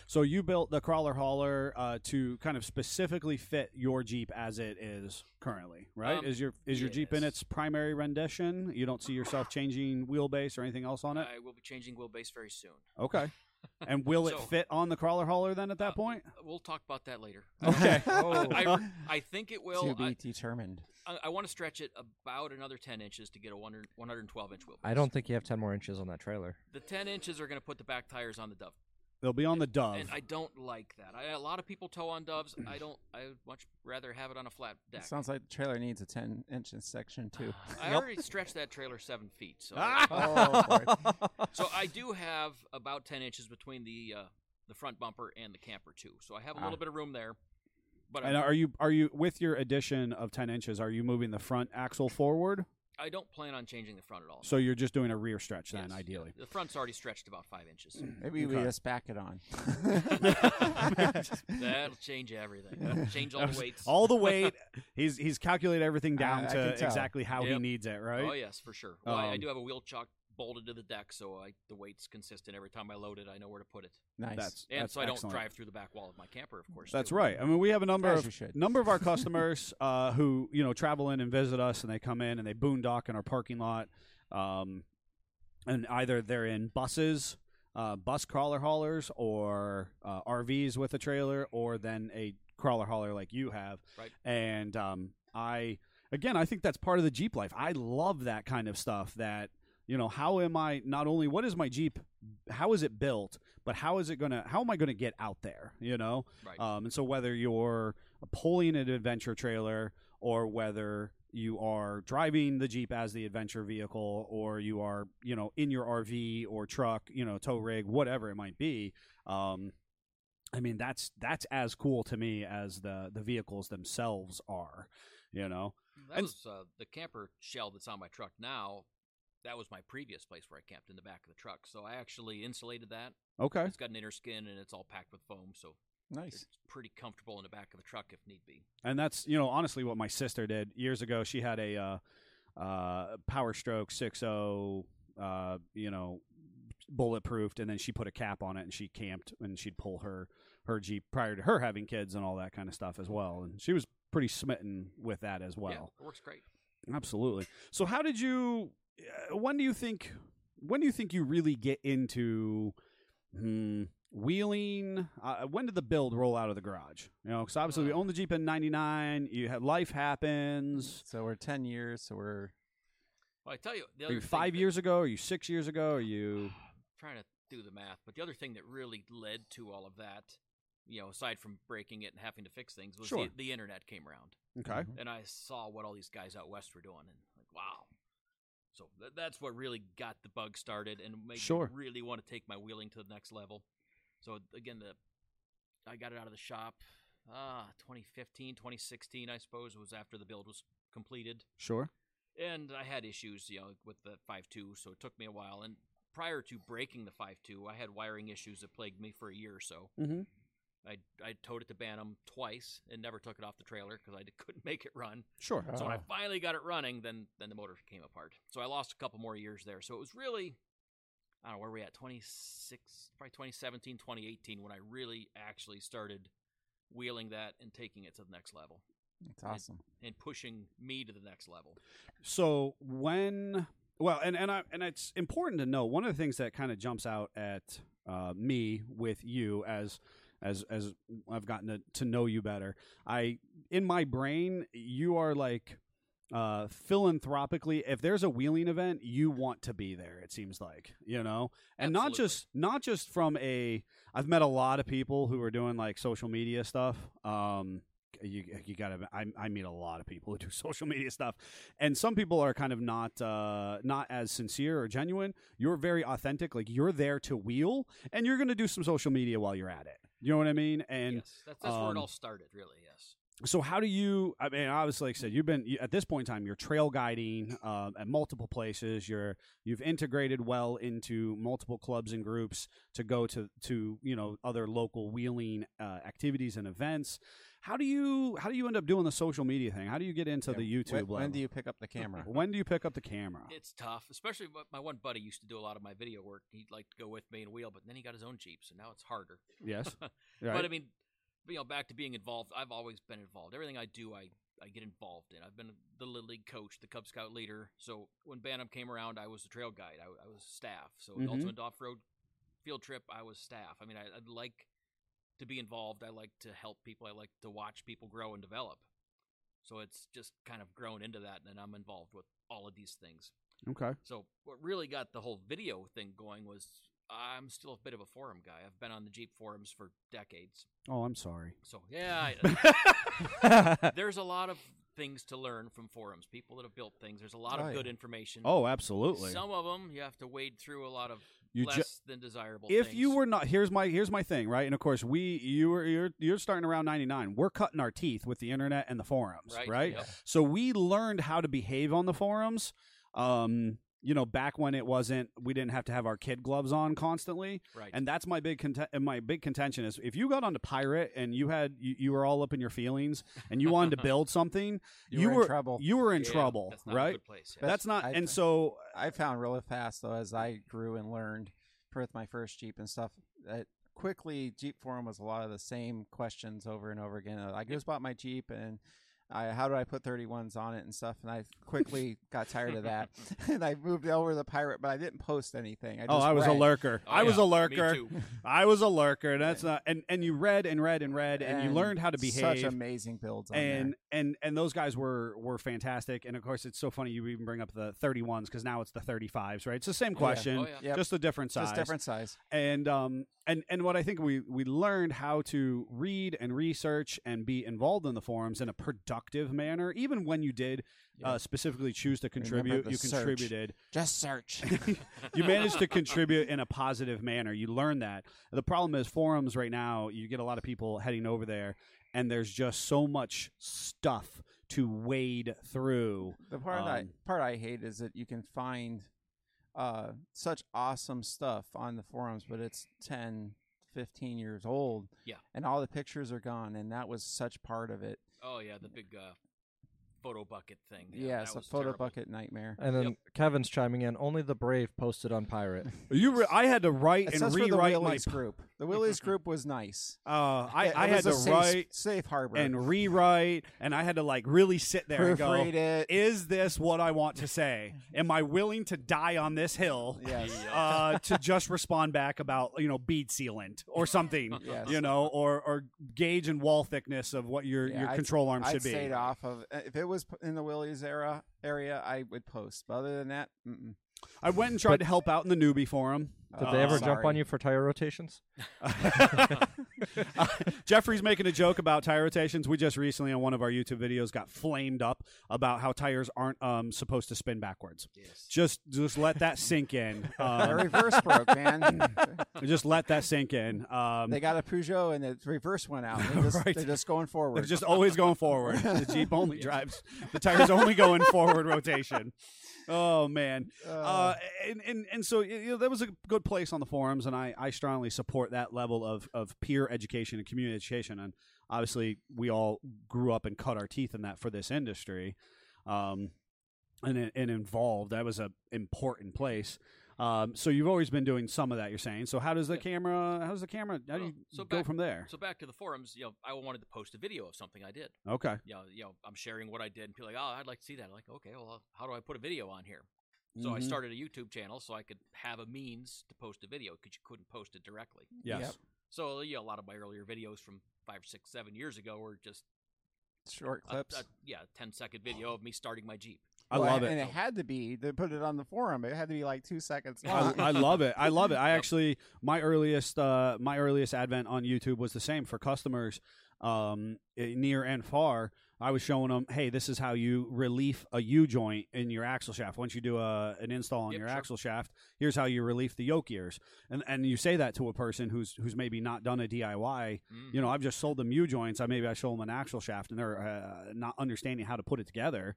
S5: So you built the crawler hauler uh, to kind of specifically fit your Jeep as it is currently, right?
S10: Um,
S5: is your is your Jeep in
S10: yes.
S5: its primary rendition? You don't see yourself changing wheelbase or anything else on it?
S10: I will be changing wheelbase very soon.
S5: Okay. And will it
S10: So-
S5: fit on the crawler hauler then at that
S10: Uh,
S5: point?
S10: We'll talk about that later.
S5: Okay. Oh.
S10: I, I, I think it
S6: Oh. to
S10: will.
S6: be
S10: I,
S6: determined.
S10: I, I want to stretch it about another 10 inches to get a 100 112 inch wheelbase.
S7: I don't think you have ten more inches on that trailer.
S10: The 10 inches are going to put the back tires on the Dove,
S5: They'll be on the Dove.
S10: and I don't like that. I, a lot of people tow on Doves. I don't. I would much rather have it on a flat
S6: It
S10: deck.
S6: sounds like the trailer needs a ten inch section too.
S10: I already stretched that trailer seven feet, so
S5: Ah!
S6: oh, boy.
S10: So I do have about ten inches between the uh, the front bumper and the camper too. So I have a little
S6: Ah.
S10: bit of room there. But
S5: And
S10: I,
S5: are you are you with your addition of ten inches? Are you moving the front axle forward?
S10: I don't plan on changing the front at all.
S5: So you're just doing a rear stretch
S10: Yes,
S5: then,
S10: yeah.
S5: ideally.
S10: the front's already stretched about five inches.
S6: Maybe we
S5: Okay.
S6: just back it on.
S10: That'll change everything. Change all the weights.
S5: All the weight. he's he's calculated everything down
S6: I- I can
S5: to
S6: tell.
S5: exactly how he
S10: Yep.
S5: needs it, right?
S10: Oh yes, for sure. Well, I, I
S5: Um,
S10: do have a wheel chock bolted to the deck, so I, the weight's consistent every time I load it. I know where to put it,
S6: nice.
S5: That's
S10: and
S5: that's
S10: so I don't
S5: excellent.
S10: drive through the back wall of my camper, of course.
S5: That's
S10: too.
S5: right. Um, I mean, we have a number
S6: As
S5: of
S6: you should.
S5: number of our customers uh, who you know travel in and visit us, and they come in and they boondock in our parking lot, um, and either they're in buses, uh, bus crawler haulers, or uh, RVs with a trailer, or then a crawler hauler like you have.
S10: Right.
S5: And um, I again, I think that's part of the Jeep life. I love that kind of stuff. That you know, how am I not only what is my Jeep, how is it built, but how is it gonna, how am I gonna get out there? You know.
S10: Right.
S5: Um, and so whether you're pulling an adventure trailer or whether you are driving the Jeep as the adventure vehicle or you are, you know, in your RV or truck, you know, tow rig, whatever it might be, um, I mean that's that's as cool to me as the the vehicles themselves are. You know,
S10: That
S5: And-
S10: was uh, the camper shell that's on my truck now. That was my previous place where I camped in the back of the truck. So I actually insulated that.
S5: okay,
S10: It's got an inner skin and it's all packed with foam, so
S6: Nice.
S10: it's pretty comfortable in the back of the truck if need be.
S5: and that's you know honestly what my sister did years ago. She had a uh, uh, Power Stroke six zero, uh, you know, bulletproofed, and then she put a cap on it and she camped and she'd pull her her Jeep prior to her having kids and all that kind of stuff as well. And she was pretty smitten with that as well.
S10: yeah, it works great.
S5: Absolutely. So how did you uh, when do you think when do you think you really get into hmm, wheeling uh, when did the build roll out of the garage you know because obviously we
S10: Uh.
S5: owned the jeep in 99 you had life happens
S6: So we're ten years. So we're
S10: Well, I tell you, the
S5: are
S10: other
S5: you
S10: thing
S5: five
S10: that-
S5: years ago are you six years ago are you
S10: trying to do the math, but the other thing that really led to all of that, you know, aside from breaking it and having to fix things, was
S5: Sure.
S10: the, the internet came around.
S5: okay
S10: and I saw what all these guys out west were doing, and like, wow. So th- that's what really got the bug started, and made
S5: Sure.
S10: me really want to take my wheeling to the next level. So again, the I got it out of the shop, ah, 2015, 2016, I suppose was after the build was completed,
S5: sure
S10: and I had issues, you know, with the 5.2, so it took me a while. And prior to breaking the 5.2, I had wiring issues that plagued me for a year or so.
S5: mm-hmm.
S10: I I towed it to Bantam twice and never took it off the trailer because I d- couldn't make it run.
S5: sure
S10: So when I finally got it running, then then the motor came apart. So I lost a couple more years there. So it was really I don't know where we at 26 probably 2017 2018 when I really actually started wheeling that and taking it to the next level
S6: it's awesome.
S10: and pushing me to the next level.
S5: So when well, and and I and it's important to know one of the things that kind of jumps out at uh, me with you as as as I've gotten to, to know you better. I in my brain you are like uh philanthropically if there's a wheeling event you want to be there it seems like you know and not
S10: Absolutely.
S5: just not just from a i've met a lot of people who are doing like social media stuff um you you gotta I, I meet a lot of people who do social media stuff and some people are kind of not uh not as sincere or genuine you're very authentic like you're there to wheel and you're gonna do some social media while you're at it you know what i mean and
S10: yes, that's, that's where
S5: um,
S10: it all started, really. Yes.
S5: so how do you i mean obviously like i said you've been you- at this point in time you're trail guiding um, at multiple places you're you've integrated well into multiple clubs and groups to go to to you know other local wheeling uh, activities and events how do you how do you end up doing the social media thing how do you get into
S6: Yeah.
S5: the youtube
S6: When, when
S5: level?
S6: do you pick up the camera?
S5: when do you pick up the camera
S10: It's tough, especially my- my one buddy used to do a lot of my video work. He'd like to go with me and wheel, but then he got his own Jeep, so now it's harder.
S5: yes
S10: But I
S5: right
S10: mean, you know, back to being involved. I've always been involved. Everything I do, I I get involved in. I've been the little league coach, the Cub Scout leader. So when Bantam came around, I was the trail guide. I, I was staff. So
S5: Mhm.
S10: ultimate off road field trip, I was staff. I mean, I, I'd like to be involved. I like to help people. I like to watch people grow and develop. So it's just kind of grown into that, and I'm involved with all of these things.
S5: okay
S10: So what really got the whole video thing going was I'm still a bit of a forum guy. I've been on the Jeep forums for decades.
S5: oh i'm sorry
S10: So yeah, I- there's a lot of things to learn from forums. People that have built things. There's a lot
S6: Oh,
S10: of
S6: yeah.
S10: good information.
S5: oh absolutely
S10: Mm. some of them you have to wade through a lot of
S5: You ju-
S10: less than desirable.
S5: if
S10: things.
S5: you were not here's my here's my thing right and of course we you were you're, you're starting around 99 we're cutting our teeth with the internet and the forums right,
S10: Right, yep.
S5: so we learned how to behave on the forums um you know back when it wasn't we didn't have to have our kid gloves on constantly
S10: right,
S5: and that's my big conten- and my big contention is if you got onto pirate and you had you, you were all up in your feelings and you wanted to build something
S6: You were in trouble.
S5: you were in
S10: Yeah,
S5: trouble
S10: that's not a
S5: right
S10: good place. yeah.
S6: But-
S5: that's not
S6: I-
S5: and so
S6: I found really fast though as I grew and learned with my first Jeep and stuff that quickly Jeep forum was a lot of the same questions over and over again. I just bought my Jeep and I how do I put 31s on it and stuff and I quickly got tired of that and I moved over to the pirate but I didn't post anything. I
S5: oh
S6: just
S5: i was a
S6: read.
S5: lurker
S10: Oh,
S5: i was
S10: yeah,
S5: a lurker
S10: Me too.
S5: I was a lurker. That's not and and you read and read and read and,
S6: and
S5: you learned how to
S6: Such
S5: behave.
S6: amazing builds on there.
S5: and and and those guys were were fantastic. And of course, it's so funny you even bring up the thirty ones because now it's the thirty fives, right? It's the same question,
S10: Oh, yeah.
S6: Yep.
S5: just a different size.
S6: just different size.
S5: And um and and what I think we we learned how to read and research and be involved in the forums in a productive manner, even when you did uh, specifically choose to
S6: Remember
S5: contribute.
S6: the
S5: You
S6: search.
S5: contributed
S6: Just search.
S5: you manage to contribute in a positive manner. You learn that. The problem is forums right now, you get a lot of people heading over there and there's just so much stuff to wade through.
S6: The part I
S5: Um,
S6: part I hate is that you can find uh, such awesome stuff on the forums, but it's 10, 15 years old.
S10: Yeah.
S6: And all the pictures are gone, and that was such part of it.
S10: Oh yeah, the big uh, photo bucket thing. Yeah,
S6: yeah,
S10: that
S6: it's a
S10: was
S6: photo
S10: terrible.
S6: bucket nightmare.
S7: And then
S10: Yep.
S7: Kevin's chiming in. Only the brave posted on pirate.
S5: You, re- I had to write
S6: Except
S5: and
S6: for the
S5: rewrite my.
S6: Willies group. The Willies group was nice.
S5: Uh, I,
S6: It-
S5: I
S6: it
S5: had
S6: was
S5: to
S6: a safe,
S5: write
S6: safe harbor
S5: and rewrite, and I had to like really sit there and go,
S6: proofread it.
S5: "Is this what I want to say? Am I willing to die on this hill?"
S6: Yes.
S5: uh, to just respond back about you know bead sealant or something,
S6: Yes.
S5: you know, or or gauge and wall thickness of what your
S6: Yeah,
S5: your
S6: I'd-
S5: control arm
S6: I
S5: should
S6: stayed
S5: be.
S6: off of. uh, If it was p- in the Willies era area, I would post. But other than that, mm-mm.
S5: I went and tried
S7: But-
S5: to help out in the newbie forum.
S7: Did
S6: Oh,
S7: they ever jump
S6: sorry.
S7: on you for tire rotations?
S5: Uh, Jeffrey's making a joke about tire rotations. We just recently on one of our YouTube videos got flamed up about how tires aren't um, supposed to spin backwards.
S10: Yes.
S5: Just just let that sink in.
S6: the
S5: Um,
S6: reverse broke, man.
S5: just let that sink in. Um,
S6: They got a Peugeot and the reverse went out. They're just,
S5: Right.
S6: they're just going forward.
S5: It's just always going forward. The Jeep only drives. The tires only go in forward rotation. Oh man. Uh, and, and and so you know that was a good place on the forums, and I, I strongly support that level of, of peer education and community education. And obviously, we all grew up and cut our teeth in that for this industry, um, and it- and involved. That was a important place. Um, so you've always been doing some of that. You're saying. So how does the
S10: Yep.
S5: camera? How does the camera? How do
S10: Oh,
S5: you
S10: so
S5: go
S10: back-
S5: from there?
S10: So back to the forums, you know, I wanted to post a video of something I did.
S5: okay.
S10: You know, you know, I'm sharing what I did, and people are like, oh, I'd like to see that. I'm like, okay, well, how do I put a video on here? So I
S5: Mhm.
S10: started a YouTube channel so I could have a means to post a video because you couldn't post it directly.
S5: Yes.
S6: Yep.
S10: So you know, a lot of my earlier videos from five, six, seven years ago were just
S6: short
S10: a,
S6: clips.
S10: a, yeah, a 10 second video of me starting my Jeep.
S5: I
S6: Well,
S5: love it.
S6: And it had to be. They put it on the forum. It had to be like two seconds
S5: I,
S6: long.
S5: I love it. I love it. I
S10: Yep.
S5: actually my earliest uh, my earliest advent on YouTube was the same for customers um, eh, near and far. I was showing them, hey, this is how you relief a U joint in your axle shaft. Once you do a, an install on
S10: Yep,
S5: your
S10: sure.
S5: axle shaft, here's how you relief the yoke gears. And and you say that to a person who's who's maybe not done a DIY.
S10: Mm.
S5: You know, I've just sold them U joints. I maybe I show them an axle shaft, and they're uh, not understanding how to put it together.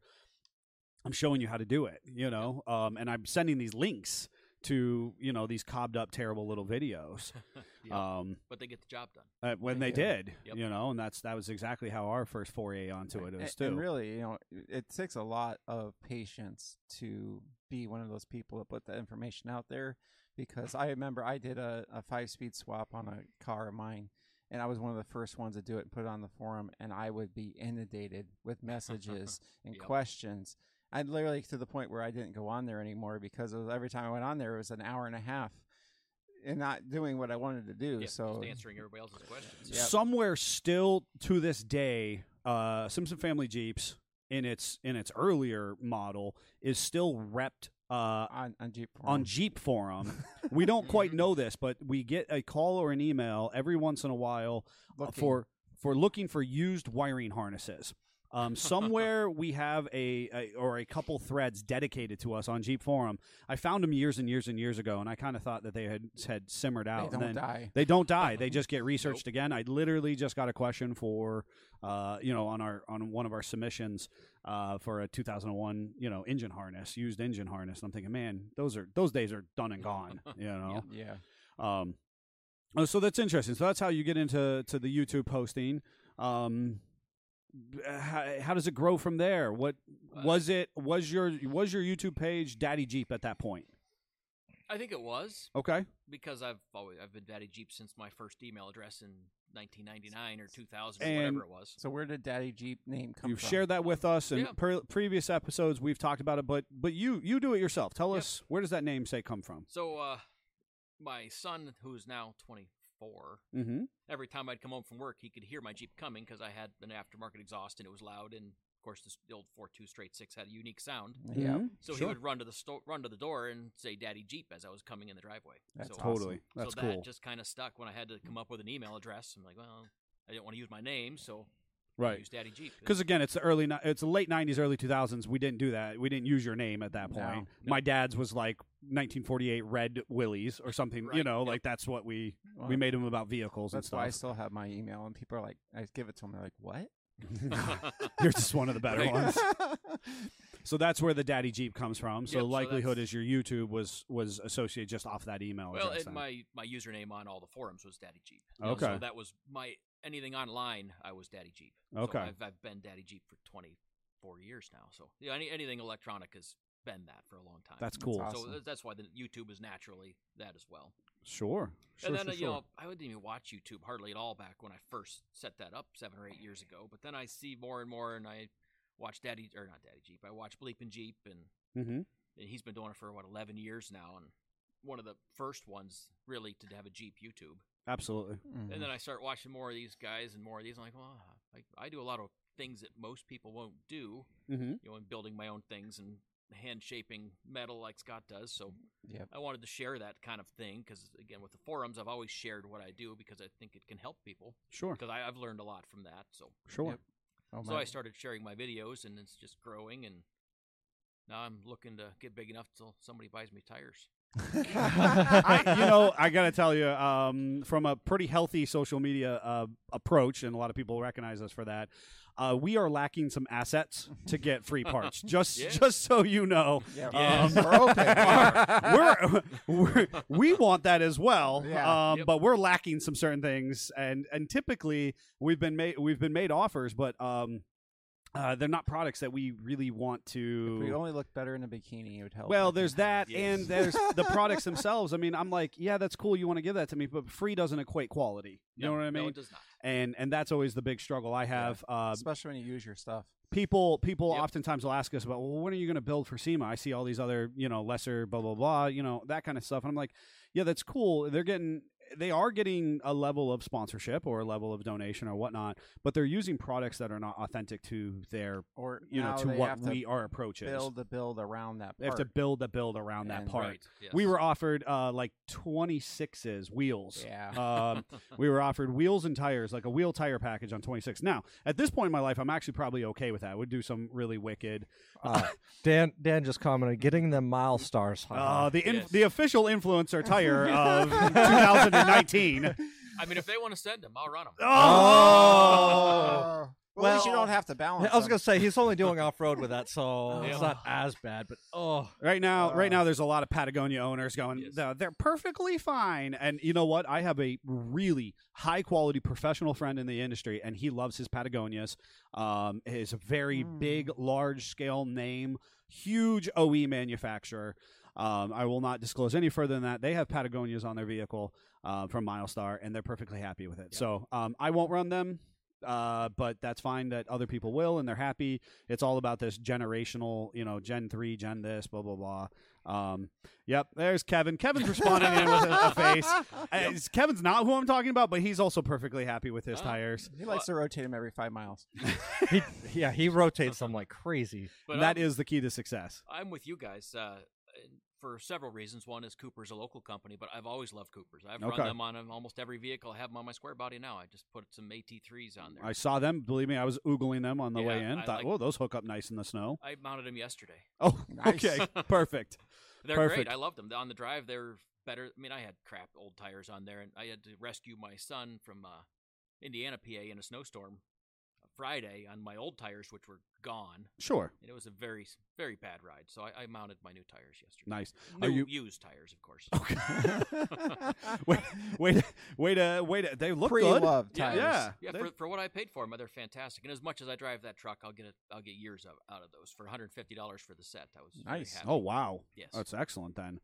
S5: I'm showing you how to do it. You know, um, and I'm sending these links to you know these cobbed up terrible little videos
S10: Yeah.
S5: um
S10: but they get the job done.
S5: uh, when they
S6: Yeah.
S5: did
S10: Yep.
S5: you know and that's that was exactly how our first foray onto it
S6: And-
S5: was
S6: and
S5: too
S6: really, you know, it takes a lot of patience to be one of those people that put the information out there. Because I remember I did a, a five speed swap on a car of mine, and I was one of the first ones to do it and put it on the forum, and I would be inundated with messages and
S10: Yep.
S6: questions. I literally to the point where I didn't go on there anymore because it was, every time I went on there, it was an hour and a half, and not doing what I wanted to do.
S10: Yeah,
S6: so
S10: just answering everybody else's questions.
S6: Yep.
S5: somewhere still to this day uh simpson family jeeps in its in its earlier model is still repped uh
S6: on on Jeep
S5: on
S6: forum.
S5: Jeep Forum, we don't quite know this, but we get a call or an email every once in a while uh,
S6: Looking.
S5: for for looking for used wiring harnesses. Um, somewhere we have a, a or a couple threads dedicated to us on Jeep Forum. I found them years and years and years ago, and I kind of thought that they had had simmered
S6: they
S5: out.
S6: don't
S5: and then
S6: die.
S5: They don't die. They just get researched again. I literally just got a question for, uh, you know, on our on one of our submissions uh, for a 2001, you know, engine harness, used engine harness. And I'm thinking, man, those are those days are done and gone. You know,
S6: Yeah.
S5: um, oh, so that's interesting. So that's how you get into to the YouTube posting. Um, how, how does it grow from there? What
S10: Uh,
S5: was it? Was your was your YouTube page Daddy Jeep at that point?
S10: I think it was
S5: Okay,
S10: because I've always I've been Daddy Jeep since my first email address in 1999 or 2000 or
S5: And-
S10: whatever it was.
S6: So where did Daddy Jeep name come
S5: you've
S6: from?
S5: shared that with us in
S10: Yeah.
S5: pre- previous episodes. We've talked about it, but but you you do it yourself. Tell
S10: Yep.
S5: us where does that namesake come from?
S10: So uh, my son, who is now 24,
S5: Mm-hmm.
S10: every time I'd come home from work, he could hear my Jeep coming because I had an aftermarket exhaust and it was loud. And of course, this, the old 4.2 straight six had a unique sound.
S5: Mm,
S6: Yeah.
S10: So he would run to the sto- run to the door and say "Daddy Jeep" as I was coming in the driveway.
S6: That's
S10: so,
S6: awesome.
S5: totally. That's
S10: so
S5: cool.
S10: that just kind of stuck when I had to come up with an email address. I'm like, well, I didn't want to use my name, so I
S5: right.
S10: used Daddy Jeep.
S5: Because again, it's the early, ni- it's the late '90s, early 2000s. We didn't do that. We didn't use your name at that
S6: No.
S5: point. My dad's was like 1948 Red Willies or something. You
S10: Right,
S5: know,
S10: yep.
S5: like that's what we
S6: Well,
S5: we made them about vehicles and
S6: That's why I
S5: stuff.
S6: still have my email, and people are like, I give it to them. They're like, "What?
S5: You're just one of the better
S10: Right.
S5: ones. So that's where the daddy jeep comes from. So
S10: Yep, so
S5: likelihood is
S10: that's-
S5: your YouTube was was associated just off that email.
S10: Well,
S5: address
S10: and
S5: then.
S10: my my username on all the forums was Daddy Jeep. You know,
S5: Okay.
S10: So that was my anything online. I was Daddy Jeep. So
S5: Okay.
S10: I've, I've been Daddy Jeep for twenty four years now. So yeah, any, anything electronic has been that for a long time.
S5: That's cool.
S6: That's
S10: So uh,
S6: awesome.
S10: tha- that's why the YouTube is naturally that as well.
S5: sure, sure,
S10: and then
S5: sure,
S10: uh, you
S5: sure.
S10: know I wouldn't even watch YouTube hardly at all back when I first set that up seven or eight years ago. But then I see more and more, and I watch Daddy or not Daddy Jeep. I watch Bleepin' Jeep and
S5: Mhm.
S10: and he's been doing it for what 11 years now and one of the first ones really to have a jeep youtube
S5: Absolutely.
S6: Mm-hmm.
S10: and then i start watching more of these guys and more of these i'm like well I, I do a lot of things that most people won't do
S5: Mm-hmm.
S10: you know and building my own things and hand shaping metal like scott does so
S6: Yep.
S10: i wanted to share that kind of thing because again with the forums i've always shared what i do because i think it can help people
S5: Sure,
S10: because I've learned a lot from that so
S5: sure.
S6: Yep. Oh,
S10: so
S6: my.
S10: I started sharing my videos, and it's just growing. And now I'm looking to get big enough till somebody buys me tires.
S5: I, you know, I gotta tell you, um, from a pretty healthy social media uh, approach, and a lot of people recognize us for that. Uh, we are lacking some assets to get free parts. Just,
S10: Yes.
S5: just so you know,
S6: Yeah,
S10: Yes.
S6: we're open.
S5: we're, we're we want that as well,
S6: Yeah.
S5: um,
S10: Yep.
S5: but we're lacking some certain things, and and typically we've been made we've been made offers, but um, uh, they're not products that we really want to.
S6: If we only look better in a bikini, it would help.
S5: Well,
S6: I
S5: there's
S6: think.
S5: that,
S10: Yes.
S5: and there's the products themselves. I mean, I'm like, yeah, that's cool. You want to give that to me, but free doesn't equate quality. You know
S10: No,
S5: what I
S10: no,
S5: mean?
S10: it does not.
S5: and and that's always the big struggle I have. Uh,
S6: especially when you use your stuff.
S5: people people
S10: Yep.
S5: oftentimes will ask us about, well, when are you going to build for SEMA? I see all these other, you know, lesser blah blah blah, you know, that kind of stuff. And I'm like, yeah, that's cool. They're getting they are getting a level of sponsorship or a level of donation or whatnot, but they're using products that are not authentic to their,
S6: Or
S5: you
S6: now
S5: know, to
S6: they
S5: what
S6: have to
S5: we our approach is.
S6: build the build around that.
S5: They have to
S6: part.
S5: build the build around that
S6: And-
S5: part.
S10: Right. Yes.
S5: We were offered uh, like 26s wheels.
S6: Yeah.
S5: Um, we were offered wheels and tires, like a wheel tire package on 26. Now, at this point in my life, I'm actually probably okay with that. I would do some really wicked.
S7: Uh, Dan Dan just commented, getting them mile stars.
S5: Uh,
S7: haha."
S5: the in-
S10: Yes.
S5: the official influencer tire of 2019.
S10: I mean, if they want to send them, I'll run them.
S5: Oh!
S6: well, at least you
S7: Well-
S6: don't have to balance.
S7: I was
S6: them.
S7: gonna say he's only doing off road with that, so
S10: Yeah.
S7: it's not as bad. But oh,
S5: Right now, right now, there's a lot of Patagonia owners going,
S10: Yes.
S5: "No, they're perfectly fine. And you know what? I have a really high quality professional friend in the industry, and he loves his Patagonias. Um, he's a very big, large scale name, huge OE manufacturer. Um, I will not disclose any further than that. They have Patagonias on their vehicle uh, from Milestar, and they're perfectly happy with it. So um, I won't run them. Uh, but that's fine that other people will and they're happy. It's all about this generational, you know, Gen three, Gen this, blah blah blah. Um, yep, there's Kevin. Kevin's responding in with a, a face. Uh, it's- Kevin's not who I'm talking about, but he's also perfectly happy with his
S10: Ah.
S5: tires.
S6: he likes to rotate them every five miles.
S7: he, yeah, he rotates them like crazy.
S10: But
S5: that
S10: I'm,
S5: is the key to success.
S10: I'm with you guys uh, and for several reasons. One is Cooper's a local company, but I've always loved Cooper's. I've
S5: Okay.
S10: run them on um, almost every vehicle. I have them on my square body now. I just put some AT3s on there.
S5: I saw them. Believe me, I was oogling them on the way
S10: Yeah,
S5: in.
S10: I
S5: Thought,
S10: like-
S5: oh, those hook up nice in the snow.
S10: I mounted them yesterday.
S5: Oh,
S6: Nice.
S5: okay, perfect.
S10: They're
S5: Perfect.
S10: great. I love them. On the drive, they're better. I mean, I had crap old tires on there, and I had to rescue my son from uh, Indiana, PA, in a snowstorm uh, Friday on my old tires, which were gone.
S5: Sure,
S10: And it was a very, very bad ride. So I, I mounted my new tires yesterday.
S5: nice.
S10: New
S5: Are you
S10: used tires, of course.
S5: wait, wait, wait, uh, wait. uh, They look good.
S6: Pre-loved
S10: Yeah.
S6: tires.
S5: Yeah,
S10: Yeah,
S5: they-
S10: for, for what I paid for them, they're fantastic. And as much as I drive that truck, I'll get a, I'll get years of, out of those for 150 dollars for the set. I was very
S6: Nice.
S10: happy.
S5: Oh wow,
S10: Yes.
S5: that's excellent. Then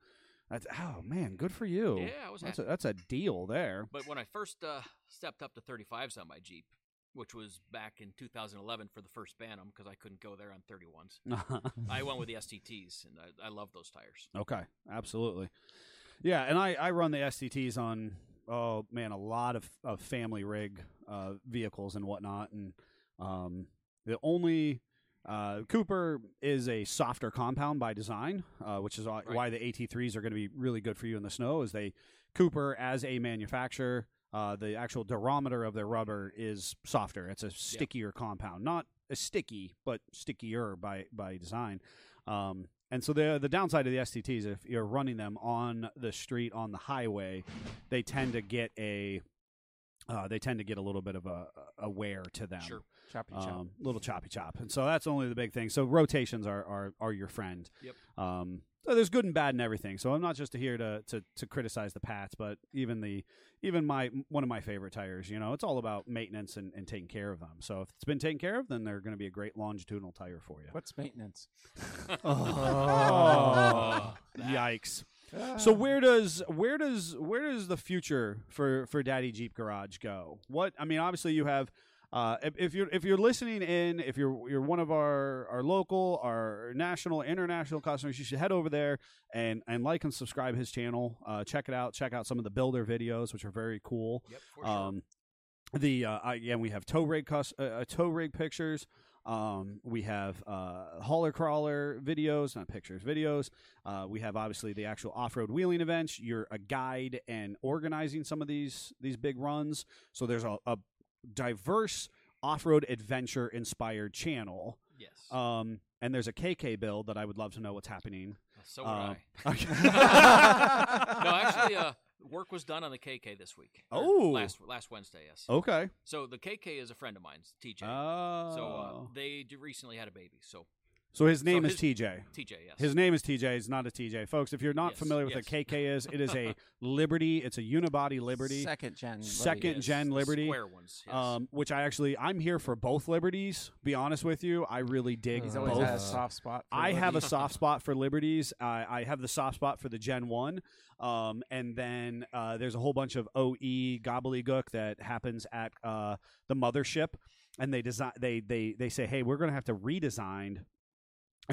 S5: that's oh man, good for you.
S10: Yeah, I was
S5: that's a,
S10: happy.
S5: that's a deal there.
S10: But when I first uh, stepped up to 35s on my Jeep, which was back in 2011 for the first Bantam because I couldn't go there on 31s, I went with the STTs, and I, I love those tires.
S5: okay, absolutely. Yeah, and I I run the STTs on oh man a lot of, of family rig uh, vehicles and whatnot, and um, the only. Uh, Cooper is a softer compound by design, uh, which is why-
S10: Right.
S5: why the AT3s are going to be really good for you in the snow. Is they Cooper as a manufacturer, uh, the actual durometer of their rubber is softer. It's a stickier compound, not as sticky, but stickier by by design. Um, and so the the downside of the STTs, if you're running them on the street on the highway, they tend to get a uh, they tend to get a little bit of a, a wear to them.
S10: Sure.
S6: Choppy chop.
S5: Um, little choppy chop. And so that's only the big thing. So rotations are are, are your friend.
S10: Yep.
S5: Um, so there's good and bad and everything. So I'm not just here to, to to criticize the Pats, but even the even my one of my favorite tires. You know, it's all about maintenance and, and taking care of them. So if it's been taken care of, then they're going to be a great longitudinal tire for you.
S6: What's maintenance?
S5: Oh, yikes!
S10: Oh.
S5: So where does where does where does the future for for Daddy Jeep Garage go? What I mean, obviously you have. Uh, if, if you're if you're listening in, if you're you're one of our, our local, our national, international customers, you should head over there and, and like and subscribe his channel. Uh, check it out. Check out some of the builder videos, which are very cool.
S10: Yep, for sure.
S5: Um, the uh, again, we have tow rig cus- uh, uh, tow rig pictures. Um, we have uh, hauler crawler videos, not pictures, videos. Uh, we have obviously the actual off road wheeling events. You're a guide and organizing some of these these big runs. So there's a, a diverse off road adventure inspired channel.
S10: yes.
S5: Um, and there's a KK build that I would love to know what's happening.
S10: so would
S5: um,
S10: I. no, actually, uh, work was done on the KK this week. Or
S5: Oh.
S10: last last Wednesday, yes.
S5: Okay.
S10: So the KK is a friend of mine's, TJ.
S5: Oh.
S10: So uh, they d- recently had a baby. So
S5: so his name
S10: his-
S5: is TJ.
S10: TJ, yes.
S5: His name is TJ. It's not a TJ, folks. If you're not
S10: Yes,
S5: familiar with
S10: yes.
S5: what KK is, it is a Liberty. It's a unibody Liberty,
S6: Second gen. Liberty.
S5: Second
S10: Yes,
S5: gen
S10: the
S5: Liberty,
S10: square ones. Yes.
S5: um, which I actually I'm here for both Liberties. Be honest with you, I really dig
S6: He's always
S5: both.
S6: had a soft spot. For
S5: I have a
S6: Liberty.
S5: soft spot for Liberties. I, I have the soft spot for the Gen One, um, and then uh, there's a whole bunch of OE gobbledygook that happens at uh, the mothership, and they design they they they say, hey, we're going to have to redesign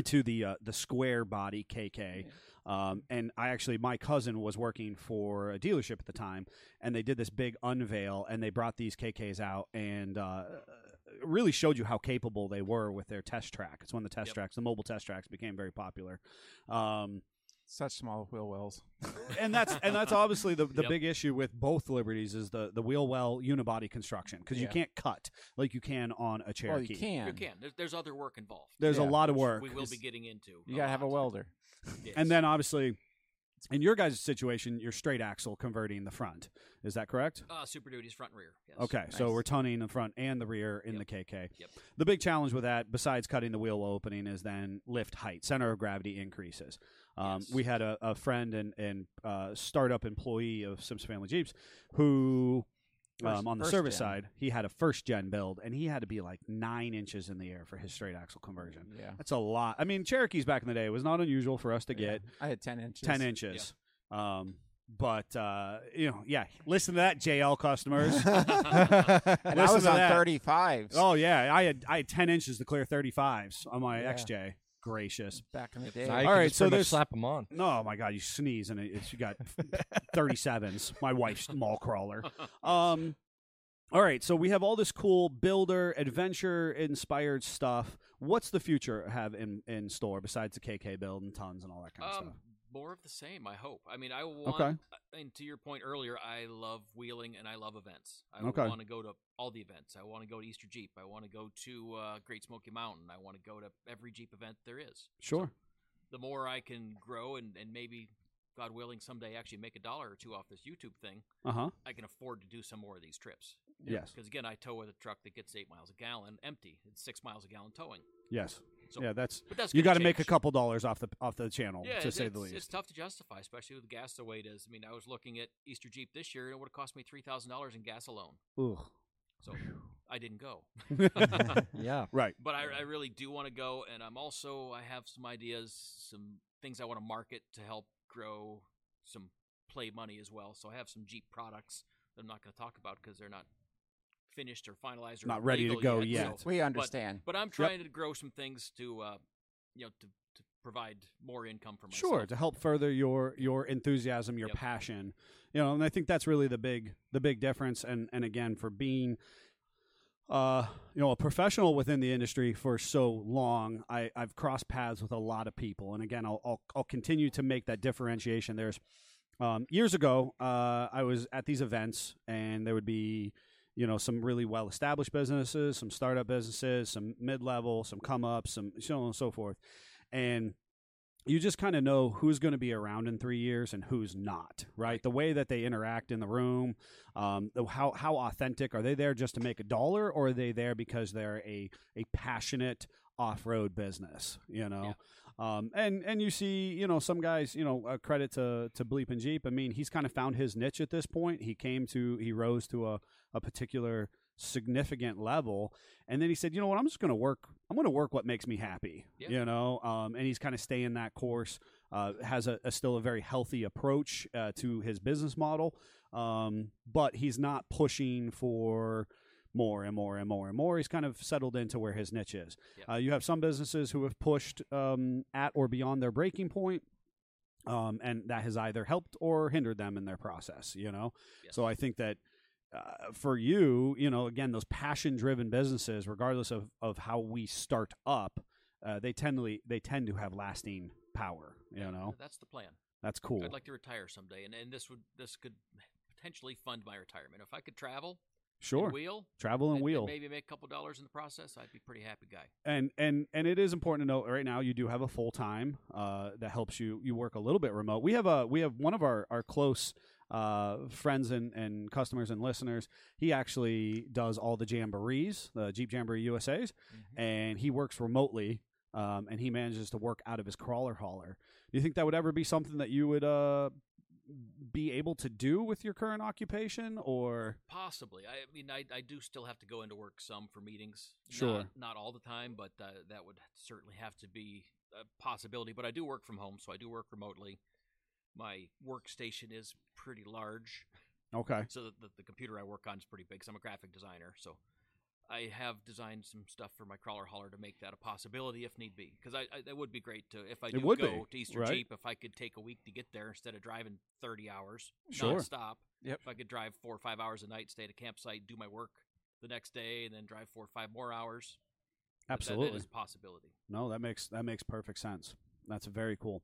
S5: to the uh, the square body KK. Um, and I actually, my cousin was working for a dealership at the time, and they did this big unveil, and they brought these KKs out, and uh, really showed you how capable they were with their test track. It's one of the test
S10: Yep.
S5: tracks. The mobile test tracks became very popular, um,
S6: Such small wheel wells.
S5: and that's and that's obviously the, the
S10: Yep.
S5: big issue with both liberties is the the wheel well unibody construction because you
S6: Yeah.
S5: can't cut like you can on a
S6: Well,
S5: Cherokee.
S6: you can.
S10: you can. There's, there's other work involved.
S5: There's a
S6: Yeah.
S5: lot of work,
S10: We will be getting into.
S6: You gotta have a
S10: lot.
S6: welder.
S10: Yes.
S5: and then obviously. In your guys' situation, you're straight axle converting the front. Is that correct?
S10: uh, Super Duty's front and rear. Yes.
S5: Okay, so
S6: Nice.
S5: we're toning the front and the rear in
S10: Yep.
S5: the KK.
S10: Yep.
S5: The big challenge with that, besides cutting the wheel opening, is then lift height, center of gravity increases. Um,
S10: Yes.
S5: We had a, a friend and, and uh, startup employee of Simpson Family Jeeps who,
S6: First-
S5: um, on the
S6: first
S5: service
S6: gen.
S5: side, he had a first gen build and he had to be like nine inches in the air for his straight axle conversion.
S6: Yeah.
S5: That's a lot. I mean, Cherokees back in the day was not unusual for us to
S6: Yeah.
S5: get
S6: I had ten inches.
S5: 10 inches. Um, but, uh, you know, yeah, listen to that, JL customers.
S6: And I
S5: Listen
S6: was
S5: to
S6: on
S5: that.
S6: thirty fives.
S5: Oh yeah, I had I had ten inches to clear thirty fives on my
S6: Yeah.
S5: XJ. Gracious.
S6: back in the day.
S7: Now you
S5: All
S7: can
S5: right,
S7: just
S5: so
S7: pretty much
S5: there's-
S7: slap them on.
S5: No, oh my God, you sneeze and it- it's, you got thirty sevens. My wife's mall crawler. Um, all right, so we have all this cool builder adventure inspired stuff. What's the future have in in store besides the KK build and tons and all that kind of
S10: Um,
S5: stuff?
S10: more of the same. I hope. I mean, I want.
S5: Okay.
S10: And to your point earlier, I love wheeling and I love events. I
S5: Okay.
S10: want to go to all the events. I want to go to Easter Jeep. I want to go to uh, Great Smoky Mountain. I want to go to every Jeep event there is.
S5: Sure.
S10: The more I can grow and and maybe, God willing, someday actually make a dollar or two off this YouTube thing,
S5: Uh huh.
S10: I can afford to do some more of these trips.
S5: Yes.
S10: Because again, I tow with a truck that gets eight miles a gallon empty. It's six miles a gallon towing.
S5: Yes.
S10: So,
S5: yeah, that's.
S10: But that's
S5: You
S10: got
S5: got to make a couple dollars off the off the channel
S10: yeah,
S5: to
S10: it's,
S5: say
S10: it's,
S5: the
S10: It's
S5: least.
S10: tough to justify, especially with gas the way it is. I mean, I was looking at Easter Jeep this year, and it would have cost me three thousand dollars in gas alone.
S5: Ugh.
S10: So I didn't go.
S7: Yeah.
S5: Right.
S10: But I, I really do want to go, and I'm also I have some ideas, some things I want to market to help grow some play money as well. So I have some Jeep products that I'm not going to talk about because they're not finished or finalized or
S5: Not ready to
S10: legal
S5: go
S10: yet.
S5: yet.
S10: so-
S6: we understand.
S10: But I'm trying to grow some things to, uh, you know, to, to provide more income for myself.
S5: sure to help further your your enthusiasm your
S10: Yep.
S5: passion you know and i think that's really the big the big difference and and again for being uh you know a professional within the industry for so long i i've crossed paths with a lot of people and again i'll i'll, I'll continue to make that differentiation there's um, years ago, uh, I was at these events, and there would be, you know, some really well-established businesses, some startup businesses, some mid-level, some come-up, some so on and so forth, and you just kind of know who's going to be around in three years and who's not, right? The way that they interact in the room, um, the- how how authentic are they there just to make a dollar, or are they there because they're a a passionate off road business, you know? Um, and and you see, you know, some guys, you know, uh, credit to to Bleep and Jeep. I mean, he's kind of found his niche at this point. He came to he rose to a a particular significant level and then he said you know what i'm just going to work i'm going to work what makes me happy
S10: Yeah.
S5: you know um, and he's kind of staying that course uh, has a, a still a very healthy approach uh, to his business model um, but he's not pushing for more and more and more and more he's kind of settled into where his niche is
S10: Yeah.
S5: uh, you have some businesses who have pushed um, at or beyond their breaking point um, and that has either helped or hindered them in their process you know
S10: Yes.
S5: so I think that uh, for you, you know, again, those passion driven businesses, regardless of, of how we start up, uh, they tend to, they tend to have lasting power. You
S10: Yeah,
S5: know,
S10: that's the plan.
S5: that's cool.
S10: I'd like to retire someday, and, and this would this could potentially fund my retirement if I could travel. and
S5: sure.
S10: wheel
S5: Travel and wheel.
S10: maybe make a couple dollars in the process. I'd be a pretty happy guy.
S5: and and and it is important to note right now you do have a full time uh, that helps you you work a little bit remote. We have a we have one of our our close uh, friends and and customers and listeners. He actually does all the jamborees, the Jeep Jamboree USA's, and he works remotely. Um, and he manages to work out of his crawler hauler. Do you think that would ever be something that you would uh, be able to do with your current occupation, or
S10: Possibly. I mean, I, I do still have to go into work some for meetings.
S5: Sure.
S10: Not, not all the time, but uh, that would certainly have to be a possibility. But I do work from home, so I do work remotely. My workstation is pretty large,
S5: okay?
S10: so that the, the computer I work on is pretty big. Because I'm a graphic designer, so I have designed some stuff for my crawler hauler to make that a possibility if need be. Because I, I that would be great to if I
S5: It
S10: do
S5: would
S10: go
S5: be,
S10: to Eastern
S5: right?
S10: Jeep, if I could take a week to get there instead of driving 30 hours
S5: Sure.
S10: nonstop.
S6: Yep.
S10: If I could drive four or five hours a night, stay at a campsite, do my work the next day, and then drive four or five more hours. that- that
S5: Absolutely.
S10: is a possibility.
S5: No, that makes that makes perfect sense. That's very cool.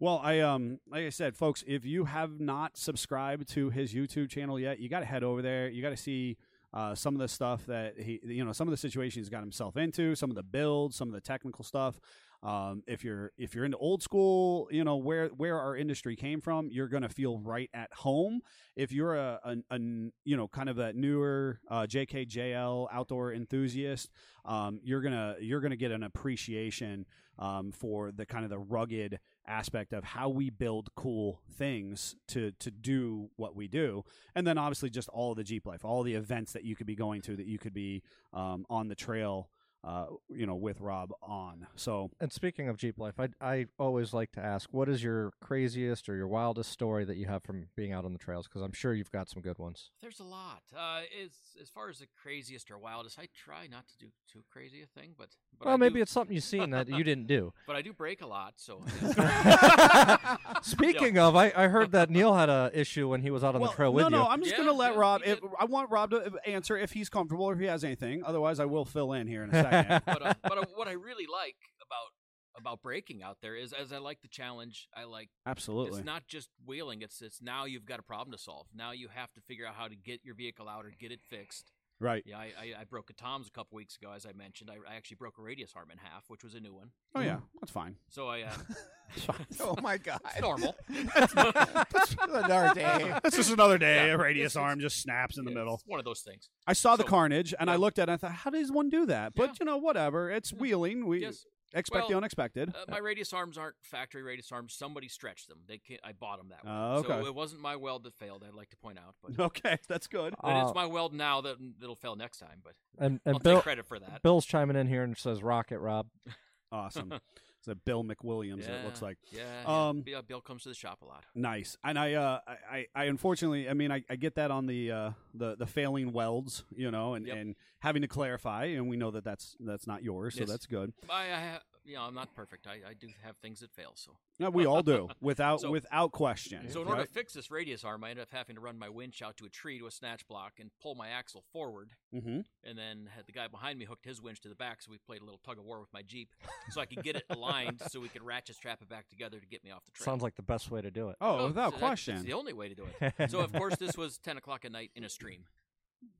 S5: Well, I um like I said, folks, if you have not subscribed to his YouTube channel yet, you got to head over there. You got to see uh, some of the stuff that he, you know, some of the situations he's got himself into, some of the builds, some of the technical stuff. Um, if you're if you're into old school, you know where where our industry came from, you're gonna feel right at home. If you're a, a, a you know kind of a newer uh, JKJL outdoor enthusiast, um, you're gonna you're gonna get an appreciation um, for the kind of the rugged aspect of how we build cool things to to do what we do, and then obviously just all the Jeep life, all the events that you could be going to, that you could be um, on the trail, uh, you know, with Rob on. So
S7: And speaking of Jeep life, I I always like to ask, what is your craziest or your wildest story that you have from being out on the trails? Because I'm sure you've got some good ones.
S10: There's a lot. Uh, as as far as the craziest or wildest, I try not to do too crazy a thing, but, but
S7: well,
S10: I
S7: maybe
S10: do-
S7: it's something you've seen that you didn't do.
S10: But I do break a lot, so
S7: Speaking of, I, I heard that Neil had a issue when he was out on
S5: Well,
S7: the trail with
S5: no,
S7: you.
S5: no, I'm just
S10: Yeah,
S5: gonna let
S10: yeah,
S5: Rob.
S10: he
S5: If,
S10: did.
S5: I want Rob to uh, answer if he's comfortable or if he has anything. Otherwise, I will fill in here in a second.
S10: but uh, but uh, what I really like about about breaking out there is as I like the challenge, I like
S5: Absolutely.
S10: It's not just wheeling. It's it's now you've got a problem to solve. Now you have to figure out how to get your vehicle out or get it fixed.
S5: right.
S10: Yeah, I, I, I broke a Tom's a couple weeks ago, as I mentioned. I, I actually broke a radius arm in half, which was a new one.
S5: Oh
S7: Mm.
S5: yeah, that's fine.
S10: So I uh,
S4: Oh my god.
S10: it's normal.
S4: Another day.
S5: That's just another day.
S10: Yeah.
S5: A radius
S10: It's- it's-
S5: arm just snaps in the
S10: Yeah,
S5: middle.
S10: It's one of those things.
S5: I saw the
S10: So-
S5: carnage and I
S10: yeah.
S5: looked at it and I thought, how does one do that? But
S10: Yeah.
S5: you know, whatever. It's wheeling. We
S10: Yes.
S5: expect the
S10: Well,
S5: unexpected.
S10: Uh, my radius arms aren't factory radius arms. Somebody stretched them. They can't, I bought them that way.
S5: Oh, okay.
S10: So it wasn't my weld that failed. I'd like to point out, but
S5: okay, that's good.
S10: but
S7: Uh,
S10: it's my weld now that that'll fail next time. But
S7: and
S10: I'll
S7: and
S10: take
S7: Bill,
S10: credit for that.
S7: Bill's chiming in here and says, "Rocket, Rob."
S5: Awesome. It's a Bill McWilliams. It
S10: Yeah,
S5: looks like
S10: yeah,
S5: Um,
S10: yeah. Bill- Bill comes to the shop a lot.
S5: nice. And I, uh, I, I- I unfortunately, I mean, I, I get that on the uh, the the failing welds, you know, and,
S10: Yep.
S5: and having to clarify, and we know that that's that's not yours, so
S10: Yes.
S5: that's good.
S10: I, I ha- you know, I'm not perfect. I, I do have things that fail. So,
S5: No, we all do without
S10: So-
S5: without question.
S10: so in order
S5: right?
S10: to fix this radius arm, I ended up having to run my winch out to a tree to a snatch block and pull my axle forward,
S5: Mhm.
S10: and then had the guy behind me hooked his winch to the back. So we played a little tug of war with my jeep, so I could get it aligned, so we could ratchet strap it back together to get me off the trail.
S7: Sounds like the best way to do it.
S5: Oh,
S10: Oh,
S5: without
S10: so that- that's
S5: question.
S10: the only way to do it. So of course, this was 10 o'clock at night in a stream.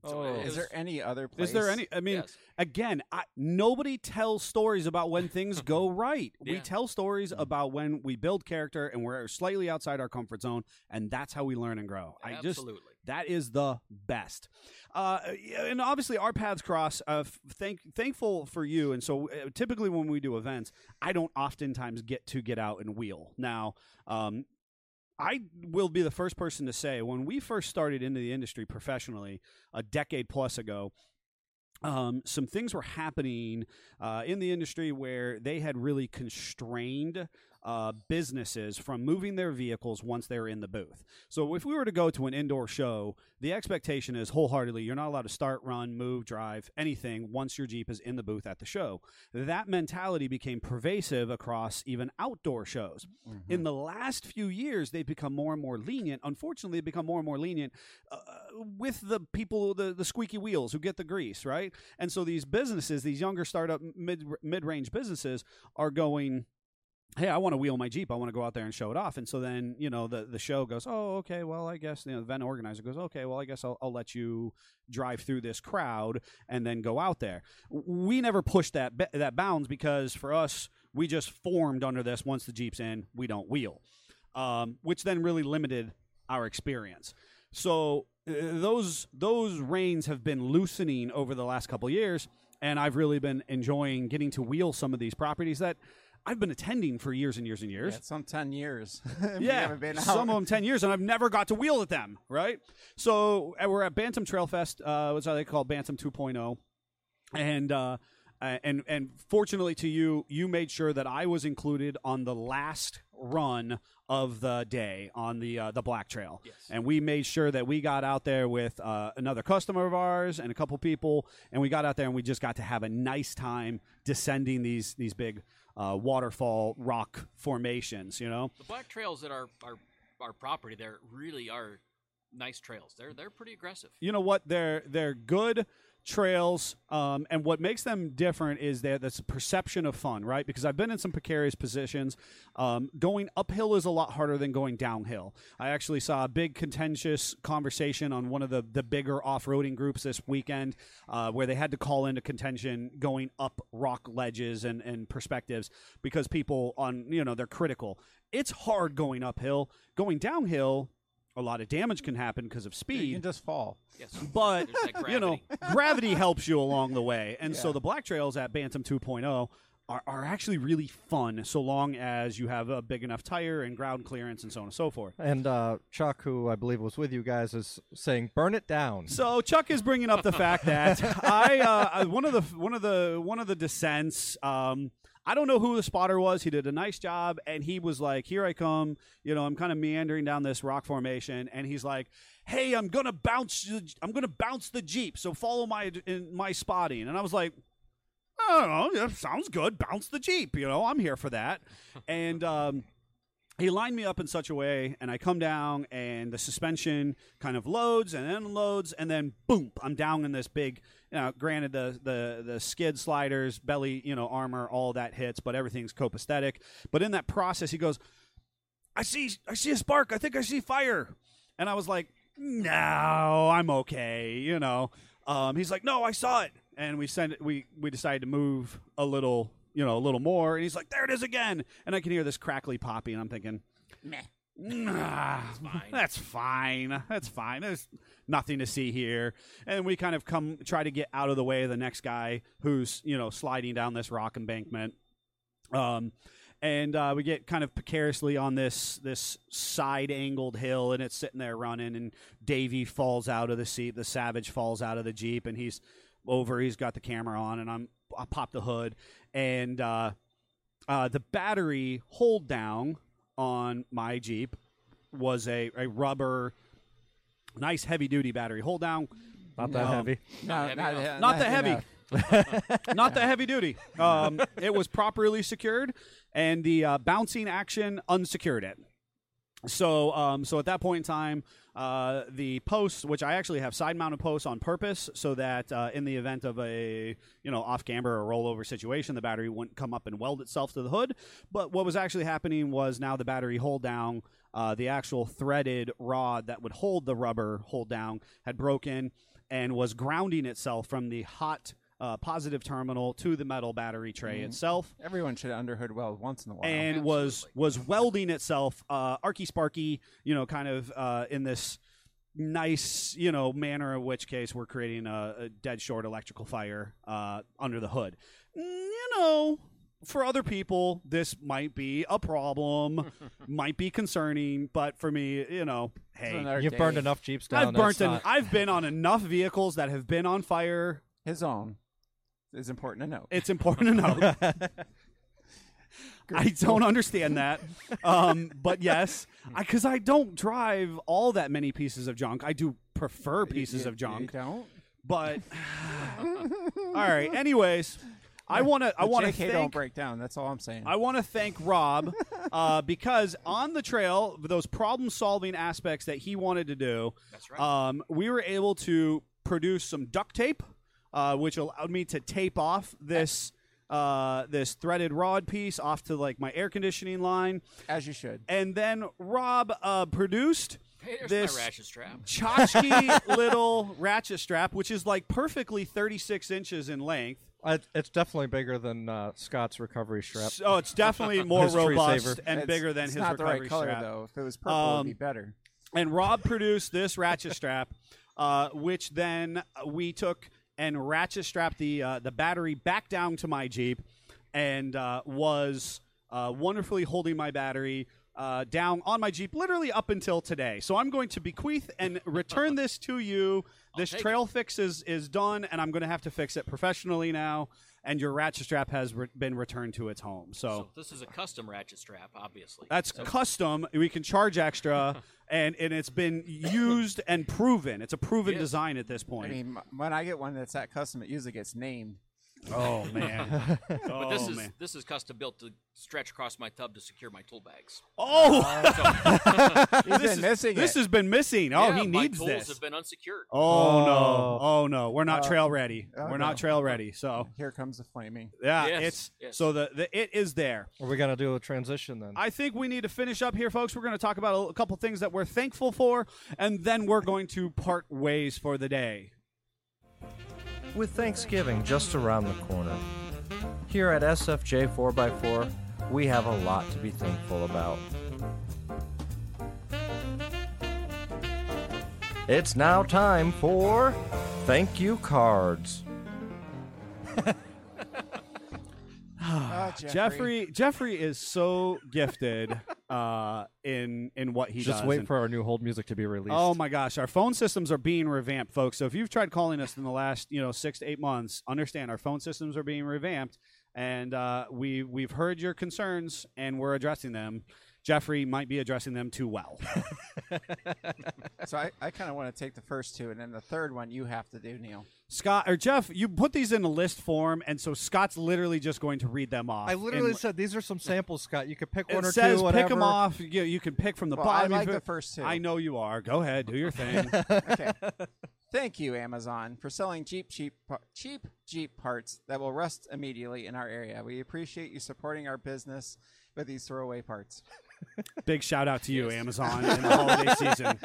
S10: So it
S6: Is
S10: was-
S6: there any other place?
S5: Is there any? I mean,
S10: Yes.
S5: again, I, nobody tells stories about when things go right. We
S10: Yeah.
S5: tell stories about when we build character and we're slightly outside our comfort zone, and that's how we learn and grow. I just
S10: Absolutely.
S5: that is the best. Uh, and obviously, our paths cross. Uh, f- thank, thankful for you. And so, uh, typically when we do events, I don't oftentimes get to get out and wheel. Now, um, I will be the first person to say when we first started into the industry professionally a decade plus ago. Um, some things were happening uh, in the industry where they had really constrained uh, businesses from moving their vehicles once they're in the booth. So if we were to go to an indoor show, the expectation is wholeheartedly you're not allowed to start, run, move, drive, anything once your Jeep is in the booth at the show. That mentality became pervasive across even outdoor shows.
S6: Mm-hmm.
S5: In the last few years, they've become more and more lenient. Unfortunately, they've become more and more lenient uh, with the people, the, the squeaky wheels who get the grease, right? And so these businesses, these younger startup mid mid range businesses, are going hey, I want to wheel my Jeep. I want to go out there and show it off. And so then, you know, the, the show goes, oh, okay, well, I guess, you know, the event organizer goes, okay, well, I guess I'll, I'll let you drive through this crowd and then go out there. We never pushed that, ba- that bounds because for us, we just formed under this once the Jeep's in, we don't wheel, um, which then really limited our experience. So uh, those those reins have been loosening over the last couple years, and I've really been enjoying getting to wheel some of these properties that I've been attending for years and years and years.
S6: Yeah, some ten years.
S5: Yeah, some of them ten years, and I've never got to wheel at them. Right, so uh, we're at Bantam Trail Fest, uh, which I call Bantam 2.0, and uh, uh, and and fortunately to you, you made sure that I was included on the last run of the day on the uh, the Black Trail,
S10: Yes.
S5: and we made sure that we got out there with uh, another customer of ours and a couple people, and we got out there and we just got to have a nice time descending these these big. Uh, waterfall rock formations, you know.
S10: The black trails at our our, our property there really are nice trails. They're they're pretty aggressive.
S5: you know what they're they're good trails um, and what makes them different is that that's a perception of fun right because i've been in some precarious positions um, going uphill is a lot harder than going downhill i actually saw a big contentious conversation on one of the the bigger off-roading groups this weekend uh, where they had to call into contention going up rock ledges and and perspectives because people on you know they're critical it's hard going uphill going downhill a lot of damage can happen because of speed
S6: You can just fall.
S10: Yes.
S5: but
S10: There's that
S5: you know gravity helps you along the way and so
S6: Yeah.
S5: the black trails at bantam 2.0 are, are actually really fun so long as you have a big enough tire and ground clearance and so on and so forth
S7: And uh, Chuck, who I believe was with you guys, is saying, "Burn it down."
S5: So Chuck is bringing up the fact that I uh, I- one of the one of the one of the descents. Um, I don't know who the spotter was. He did a nice job, and he was like, "Here I come." You know, I'm kind of meandering down this rock formation, and he's like, "Hey, I'm gonna bounce. the- I'm gonna bounce the jeep. So follow my in my spotting." And I was like. I don't know. That sounds good. Bounce the jeep. You know, I'm here for that. And um, he lined me up in such a way, and I come down, and the suspension kind of loads and unloads, and then boom, I'm down in this big. You know, granted, the the the skid sliders, belly, you know, armor, all that hits, but everything's copacetic. But in that process, he goes, "I see, I see a spark. I think I see fire," and I was like, "No, I'm okay," you know. Um, he's like, "No, I saw it," and we send we we decided to move a little. You know, a little more, and he's like, "There it is again!" And I can hear this crackly poppy, and I'm thinking, Nah, that's fine. That's fine. There's nothing to see here. And we kind of come try to get out of the way of the next guy who's, you know, sliding down this rock embankment. Um and uh, we get kind of precariously on this this side angled hill, and it's sitting there running. And Davy falls out of the seat. The Savage falls out of the jeep, and he's over. He's got the camera on, and I'm I pop the hood, and uh, uh, the battery hold down on my Jeep was a, a rubber, nice heavy duty battery hold down.
S7: Not that heavy.
S6: No,
S10: heavy
S6: not,
S10: enough.
S6: he-
S5: Not that heavy.
S6: enough.
S5: Not the heavy duty. Um, it was properly secured, and the uh, bouncing action unsecured it. So, um, so at that point in time, uh, the posts, which I actually have side mounted posts on purpose, so that uh, in the event of a you know off camber or rollover situation, the battery wouldn't come up and weld itself to the hood. But what was actually happening was now the battery hold down, uh, the actual threaded rod that would hold the rubber hold down had broken. and was grounding itself from the hot uh, positive terminal to the metal battery tray itself
S6: Everyone should underhood weld once in a while.
S5: and was was welding itself uh arky sparky you know kind of uh in this nice you know manner in which case we're creating a, a dead short electrical fire uh under the hood Mm, you know for other people this might be a problem might be concerning but for me you know
S6: It's
S5: hey
S6: another
S7: You've burned
S6: day.
S7: enough Jeeps down.
S5: I've
S7: that's
S5: burnt an,
S7: not-
S5: I've been on enough vehicles that have been on fire
S6: His own is important to note.
S5: it's important to know I don't understand that. Um, but yes, because I, don't drive all that many pieces of junk. I do prefer pieces
S6: You-
S5: of
S6: You
S5: junk.
S6: don't.
S5: But all right. Anyways, I want to. I
S6: The
S5: want to
S6: JK don't
S5: thank.
S6: break down. That's all I'm saying.
S5: I want to thank Rob uh, because on the trail, those problem-solving aspects that he wanted to do,
S10: That's right.
S5: um, we were able to produce some duct tape, uh, which allowed me to tape off this uh, this threaded rod piece off to like my air conditioning line,
S6: As you should.
S5: and then Rob uh, produced
S10: hey, there's
S5: this
S10: my rashes trap.
S5: tchotchke little ratchet strap, which is like perfectly 36 inches in length.
S7: I, it's definitely bigger than uh, Scott's recovery strap.
S5: So it's definitely more
S7: His tree
S5: robust
S7: saver.
S5: and
S6: It's-
S5: bigger than
S6: it's
S5: his
S6: not the
S5: recovery
S6: right color
S5: strap.
S6: though. If it was purple, it'd be
S5: Um,
S6: better.
S5: And Rob produced this ratchet strap, uh, which then we took and ratchet strapped the uh, the battery back down to my Jeep, and uh, was uh, wonderfully holding my battery. Uh, down on my Jeep, literally up until today. So I'm going to bequeath and return this to you. This
S10: take
S5: trail fix is is done, and I'm going to have to fix it professionally now. And your ratchet strap has re- been returned to its home.
S10: So this is a custom ratchet strap,
S5: Oh.
S10: obviously.
S5: That's custom. We can charge extra, and and it's been used and proven. It's a proven
S10: Yeah.
S5: design at this
S6: I
S5: point.
S6: mean, m- when I get one that's that custom, it usually gets named.
S5: oh man!
S10: but this
S5: oh,
S10: is
S5: man.
S10: this is custom built to stretch across my tub to secure my tool bags.
S5: Oh,
S10: So,
S5: this,
S6: He's been
S5: is,
S6: missing
S5: this
S6: it.
S5: has been missing. Oh,
S10: yeah,
S5: he
S10: my
S5: needs
S10: tools
S5: this.
S10: have been unsecured.
S5: Oh, no! Oh no! We're not trail ready.
S6: oh,
S5: We're not
S6: no.
S5: trail ready. So
S6: Here comes the flaming.
S5: yeah,
S10: Yes,
S5: it's
S10: yes.
S5: so the, the it is there.
S7: Are we gonna do a transition then?
S5: I think we need to finish up here, folks. We're going to talk about a, l- couple things that we're thankful for, and then we're going to part ways for the day.
S1: With Thanksgiving just around the corner, here at SFJ 4x4, we have a lot to be thankful about. It's now time for thank you cards.
S6: Oh,
S5: Ah, Jeffrey Jeffrey is so gifted uh, in in what he
S7: just
S5: does.
S7: wait
S5: And-
S7: for our new hold music to be released.
S5: Oh my gosh, our phone systems are being revamped, folks. So if you've tried calling us in the last you know six to eight months, understand our phone systems are being revamped, and uh, we we've heard your concerns and we're addressing them. Jeffrey might be addressing them too well.
S6: So I, I kind of want to take the first two, and then the third one you have to do, Neil.
S5: Scott or Jeff, you put these in a list form, and so Scott's literally just going to read them off.
S7: I literally
S5: And
S7: said these are some samples, Scott. You could pick
S5: it
S7: one or
S5: says
S7: two.
S5: pick
S7: whatever.
S5: them off. You, you can pick from the
S6: Well, I
S5: bottom.
S6: like
S5: If
S6: the
S5: it-
S6: first two.
S5: I know you are. Go ahead, do your thing.
S6: Okay. Thank you, Amazon, for selling Jeep cheap cheap Jeep parts that will rust immediately in our area. We appreciate you supporting our business with these throwaway parts.
S5: Big shout out to you, Amazon, in the holiday season.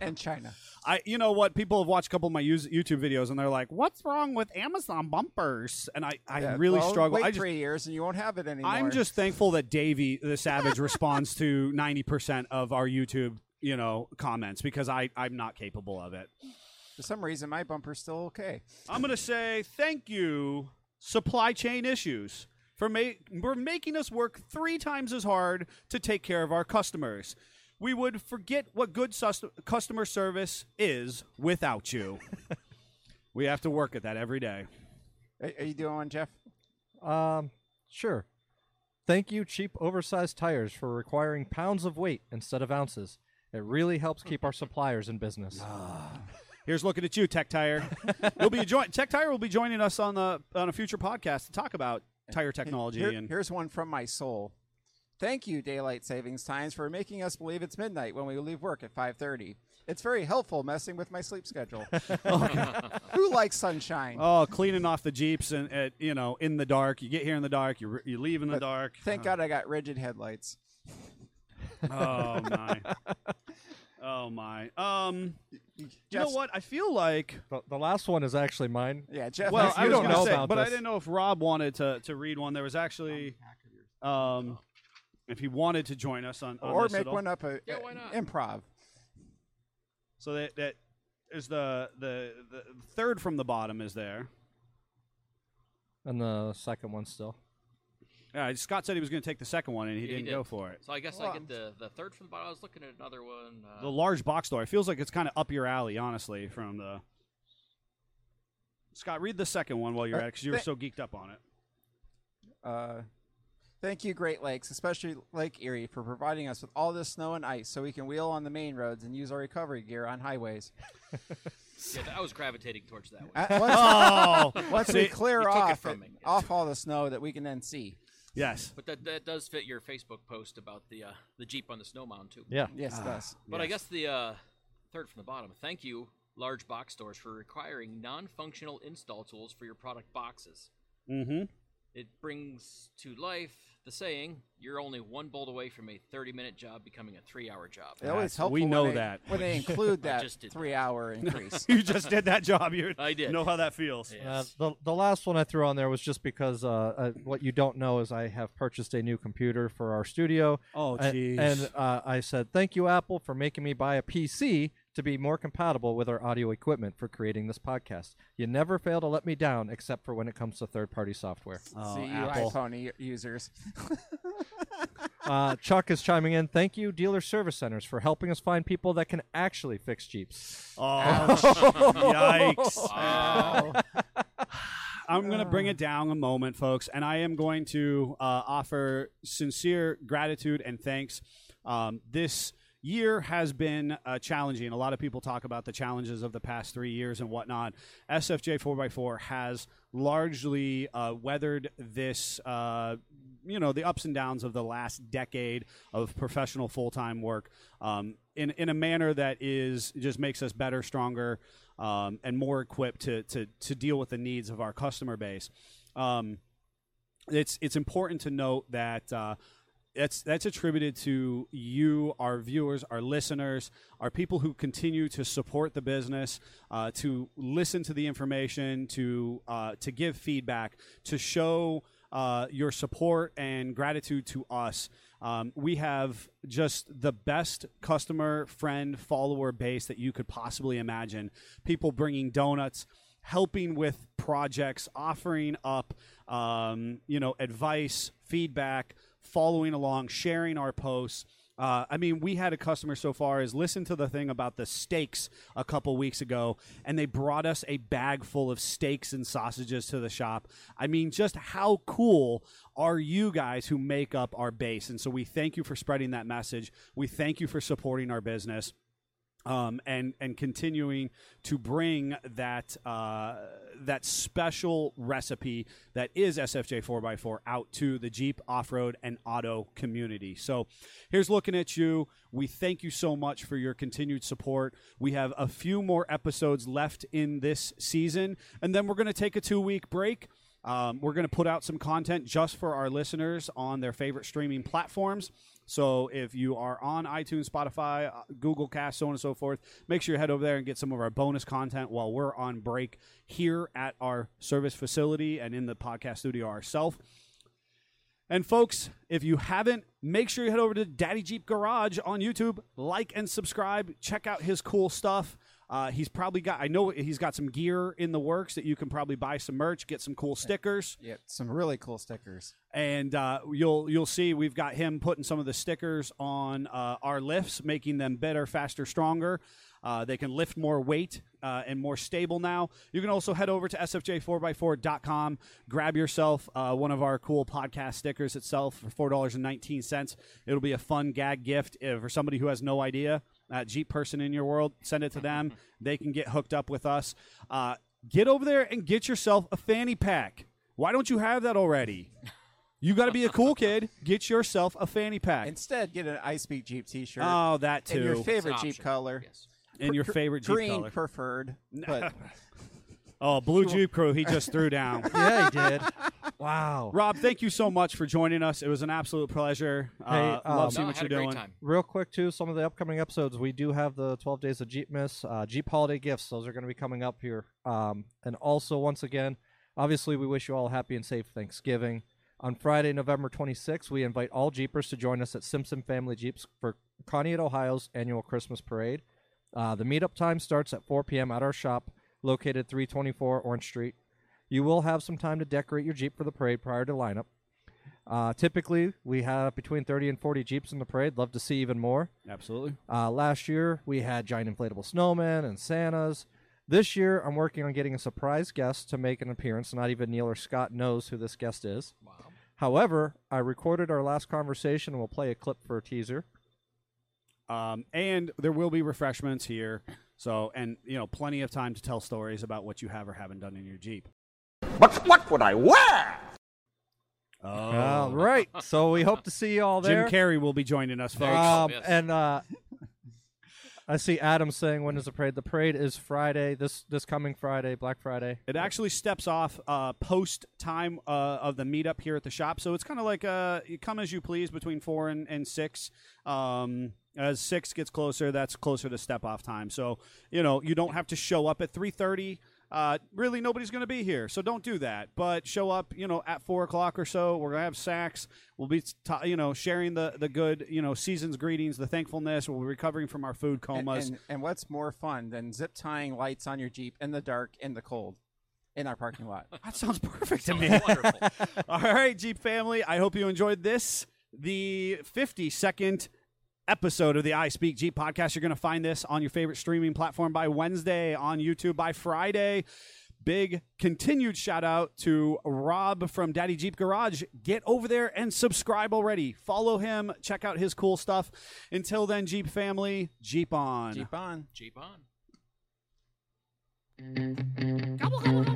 S6: And China.
S5: I, you know what? People have watched a couple of my Yous- YouTube videos and they're like, "What's wrong with Amazon bumpers?" And I, I
S6: Yeah,
S5: really
S6: well,
S5: struggle.
S6: Wait
S5: I just,
S6: three years, and you won't have it anymore.
S5: I'm just thankful that Davey the Savage responds to 90% of our YouTube, you know, comments because I, I'm not capable of it.
S6: for some reason my bumper's still okay.
S5: I'm gonna say thank you, supply chain issues. For, ma- for making us work three times as hard to take care of our customers. We would forget what good sus- customer service is without you. we have to work at that every day.
S6: Are, are you doing one, Jeff?
S7: Um, sure. Thank you, cheap oversized tires, for requiring pounds of weight instead of ounces. It really helps keep our suppliers in business.
S5: Here's looking at you, Tech Tire. You'll be join- Tech Tire will be joining us on the on a future podcast to talk about tire technology
S6: Here-
S5: and
S6: here's one from my soul. Thank you, daylight savings times, for making us believe it's midnight when we leave work at 5:30. It's very helpful messing with my sleep schedule. Who likes sunshine?
S5: oh, cleaning off the jeeps and at, you know in the dark. You get here in the dark. You re- you leave in the
S6: But
S5: dark.
S6: Thank God I got rigid headlights.
S5: Oh my. Oh my. Um You know
S6: Jeff's-
S5: what? I feel like
S7: The, the last one is actually mine.
S6: Yeah, Jeff.
S5: Well,
S7: you
S5: I was
S7: don't
S5: gonna
S7: know
S5: say,
S7: about
S5: but I
S7: this.
S5: didn't know if Rob wanted to, to read one. There was actually, um, if he wanted to join us on, on
S6: or
S5: this at
S6: make
S5: all.
S6: one up. A,
S10: Yeah, why not?
S6: Improv.
S5: So that that is the the the third from the bottom is there.
S7: And the second one still.
S5: Yeah, Uh, Scott said he was going to take the second one, and he
S10: Yeah, he
S5: didn't
S10: did.
S5: go for it.
S10: So I guess I get the, the third from the bottom. I was looking at another one. Uh,
S5: The large box store. It feels like it's kind of up your alley, honestly. From the Scott, read the second one while you're
S6: Uh,
S5: at it because you were
S6: th-
S5: so geeked up on it.
S6: Uh, thank you, Great Lakes, especially Lake Erie, for providing us with all this snow and ice so we can wheel on the main roads and use our recovery gear on highways.
S10: yeah, I was gravitating towards that one.
S6: Uh, once
S5: Oh,
S6: once
S5: see,
S6: we clear
S10: you took it
S6: off
S10: from me.
S6: off all the snow that we can then see.
S5: yes.
S10: But that, that does fit your Facebook post about the uh, the Jeep on the snow mound too.
S7: Yeah.
S6: Yes, it does.
S10: But I guess the uh, third from the bottom. Thank you, large box stores, for requiring non-functional install tools for your product boxes.
S5: Mm-hmm.
S10: It brings to life the saying, "You're only one bolt away from a 30-minute job becoming a three-hour job."
S6: It always
S5: That's-
S6: helpful
S5: we
S6: when
S5: know
S6: they-
S5: that.
S6: when they include
S10: I
S6: that
S10: just did that.
S6: three hour increase.
S5: you just did that job. You
S10: I did.
S5: know how that feels.
S7: Uh,
S10: Yes.
S7: the the last one I threw on there was just because uh, uh, what you don't know is I have purchased a new computer for our studio.
S5: Oh,
S7: A-
S5: jeez.
S7: And uh, I said, thank you, Apple, for making me buy a PC to be more compatible with our audio equipment for creating this podcast. You never fail to let me down, except for when it comes to third party software.
S5: Oh,
S6: See you
S5: Apple.
S6: iPhone u- users.
S7: Uh, Chuck is chiming in. Thank you, dealer service centers, for helping us find people that can actually fix Jeeps.
S5: Oh, yikes.
S10: Wow.
S5: I'm going to bring it down a moment, folks, and I am going to uh, offer sincere gratitude and thanks. Um, this year has been uh, challenging. A lot of people talk about the challenges of the past three years and whatnot. SFJ 4x4 has largely uh, weathered this, uh, you know, the ups and downs of the last decade of professional full time work um, in, in a manner that is just makes us better, stronger um, and more equipped to, to to deal with the needs of our customer base. Um, it's it's important to note that. Uh, that's that's attributed to you, our viewers, our listeners, our people who continue to support the business, uh, to listen to the information, to uh, to give feedback, to show uh, your support and gratitude to us. Um, we have just the best customer, friend, follower base that you could possibly imagine. People bringing donuts, helping with projects, offering up, um, you know, advice, feedback, following along, sharing our posts. Uh, I mean, we had a customer so far as listen to the thing about the steaks a couple weeks ago, and they brought us a bag full of steaks and sausages to the shop. I mean, just how cool are you guys who make up our base? And so we thank you for spreading that message. We thank you for supporting our business um, and and continuing to bring that uh, that special recipe that is SFJ 4x4 out to the Jeep off road and auto community. So here's looking at you. We thank you so much for your continued support. We have a few more episodes left in this season, and then we're going to take a two week break. Um, we're going to put out some content just for our listeners on their favorite streaming platforms. So if you are on iTunes, Spotify, uh, Google Cast, so on and so forth, make sure you head over there and get some of our bonus content while we're on break here at our service facility and in the podcast studio ourselves. And folks, if you haven't, make sure you head over to Daddy Jeep Garage on YouTube, like and subscribe, check out his cool stuff. Uh, he's probably got, I know he's got some gear in the works that you can probably buy some merch, get some cool stickers
S6: yeah, some really cool stickers.
S5: and uh, you'll you'll see we've got him putting some of the stickers on uh, our lifts, making them better, faster, stronger. Uh, they can lift more weight uh, and more stable now. You can also head over to sfj4x4.com, grab yourself uh, one of our cool podcast stickers itself for $4.19. It'll be a fun gag gift uh, for somebody who has no idea, that Jeep person in your world. Send it to them. they can get hooked up with us. Uh, get over there and get yourself a fanny pack. Why don't you have that already? You got to be a cool kid. Get yourself a fanny pack.
S6: Instead, get an I Speak Jeep t shirt
S5: oh, that too.
S6: in your
S10: It's an
S6: favorite Jeep
S10: option.
S6: color.
S10: Yes.
S5: In your
S6: Pr-
S5: favorite Jeep
S6: green
S5: color.
S6: preferred. But
S5: oh, blue Jeep crew. He just threw down.
S7: Yeah, he did. Wow.
S5: Rob, thank you so much for joining us. It was an absolute pleasure. uh,
S7: um,
S5: love seeing
S10: No, I
S5: what
S10: had
S5: you're
S10: a great
S5: doing.
S10: time.
S7: Real quick, too, some of the upcoming episodes. We do have the 12 Days of Jeep Miss, uh, Jeep Holiday Gifts. Those are going to be coming up here. Um, and also, once again, obviously, we wish you all a happy and safe Thanksgiving. On Friday, November 26th, we invite all Jeepers to join us at Simpson Family Jeeps for Conneaut, Ohio's annual Christmas parade. Uh, the meetup time starts at 4 p.m. at our shop located 324 Orange Street. You will have some time to decorate your Jeep for the parade prior to lineup. Uh, typically, we have between 30 and 40 Jeeps in the parade. Love to see even more.
S5: Absolutely.
S7: Uh, last year, we had giant inflatable snowmen and Santas. This year, I'm working on getting a surprise guest to make an appearance. Not even Neil or Scott knows who this guest is. However, I recorded our last conversation and we'll play a clip for a teaser.
S5: Um, and there will be refreshments here. So, and you know, plenty of time to tell stories about what you have or haven't done in your Jeep. But what would I
S7: All
S5: wear?
S7: right. So we hope to see you all
S5: Oh, Jim
S7: there.
S5: Carrey will be joining us, folks.
S7: Um,
S10: Yes.
S7: And uh, I see Adam saying, "When is the parade?" The parade is Friday. This this coming Friday, Black Friday.
S5: It actually steps off uh, post time uh, of the meetup here at the shop, so it's kind of like uh, you come as you please between four and, and six. Um, as six gets closer, that's closer to step off time. So you know you don't have to show up at three thirty. Uh, really, nobody's going to be here, so don't do that. But show up, you know, at four o'clock or so. We're going to have sacks. We'll be, ta you know, sharing the the good, you know, season's greetings, the thankfulness. We'll be recovering from our food
S6: And,
S5: comas.
S6: and- and what's more fun than zip tying lights on your Jeep in the dark in the cold in our parking lot?
S5: that sounds perfect to
S10: Sounds
S5: me.
S10: wonderful.
S5: All right, Jeep family. I hope you enjoyed this, the 52nd episode of the I Speak Jeep podcast. You're going to find this on your favorite streaming platform by Wednesday, on YouTube by Friday. Big continued shout out to Rob from Daddy Jeep Garage. Get over there and subscribe already. Follow him, check out his cool stuff. Until then, Jeep family, Jeep on.
S6: Jeep on.
S10: Jeep on.
S11: Gobble, gobble, gobble.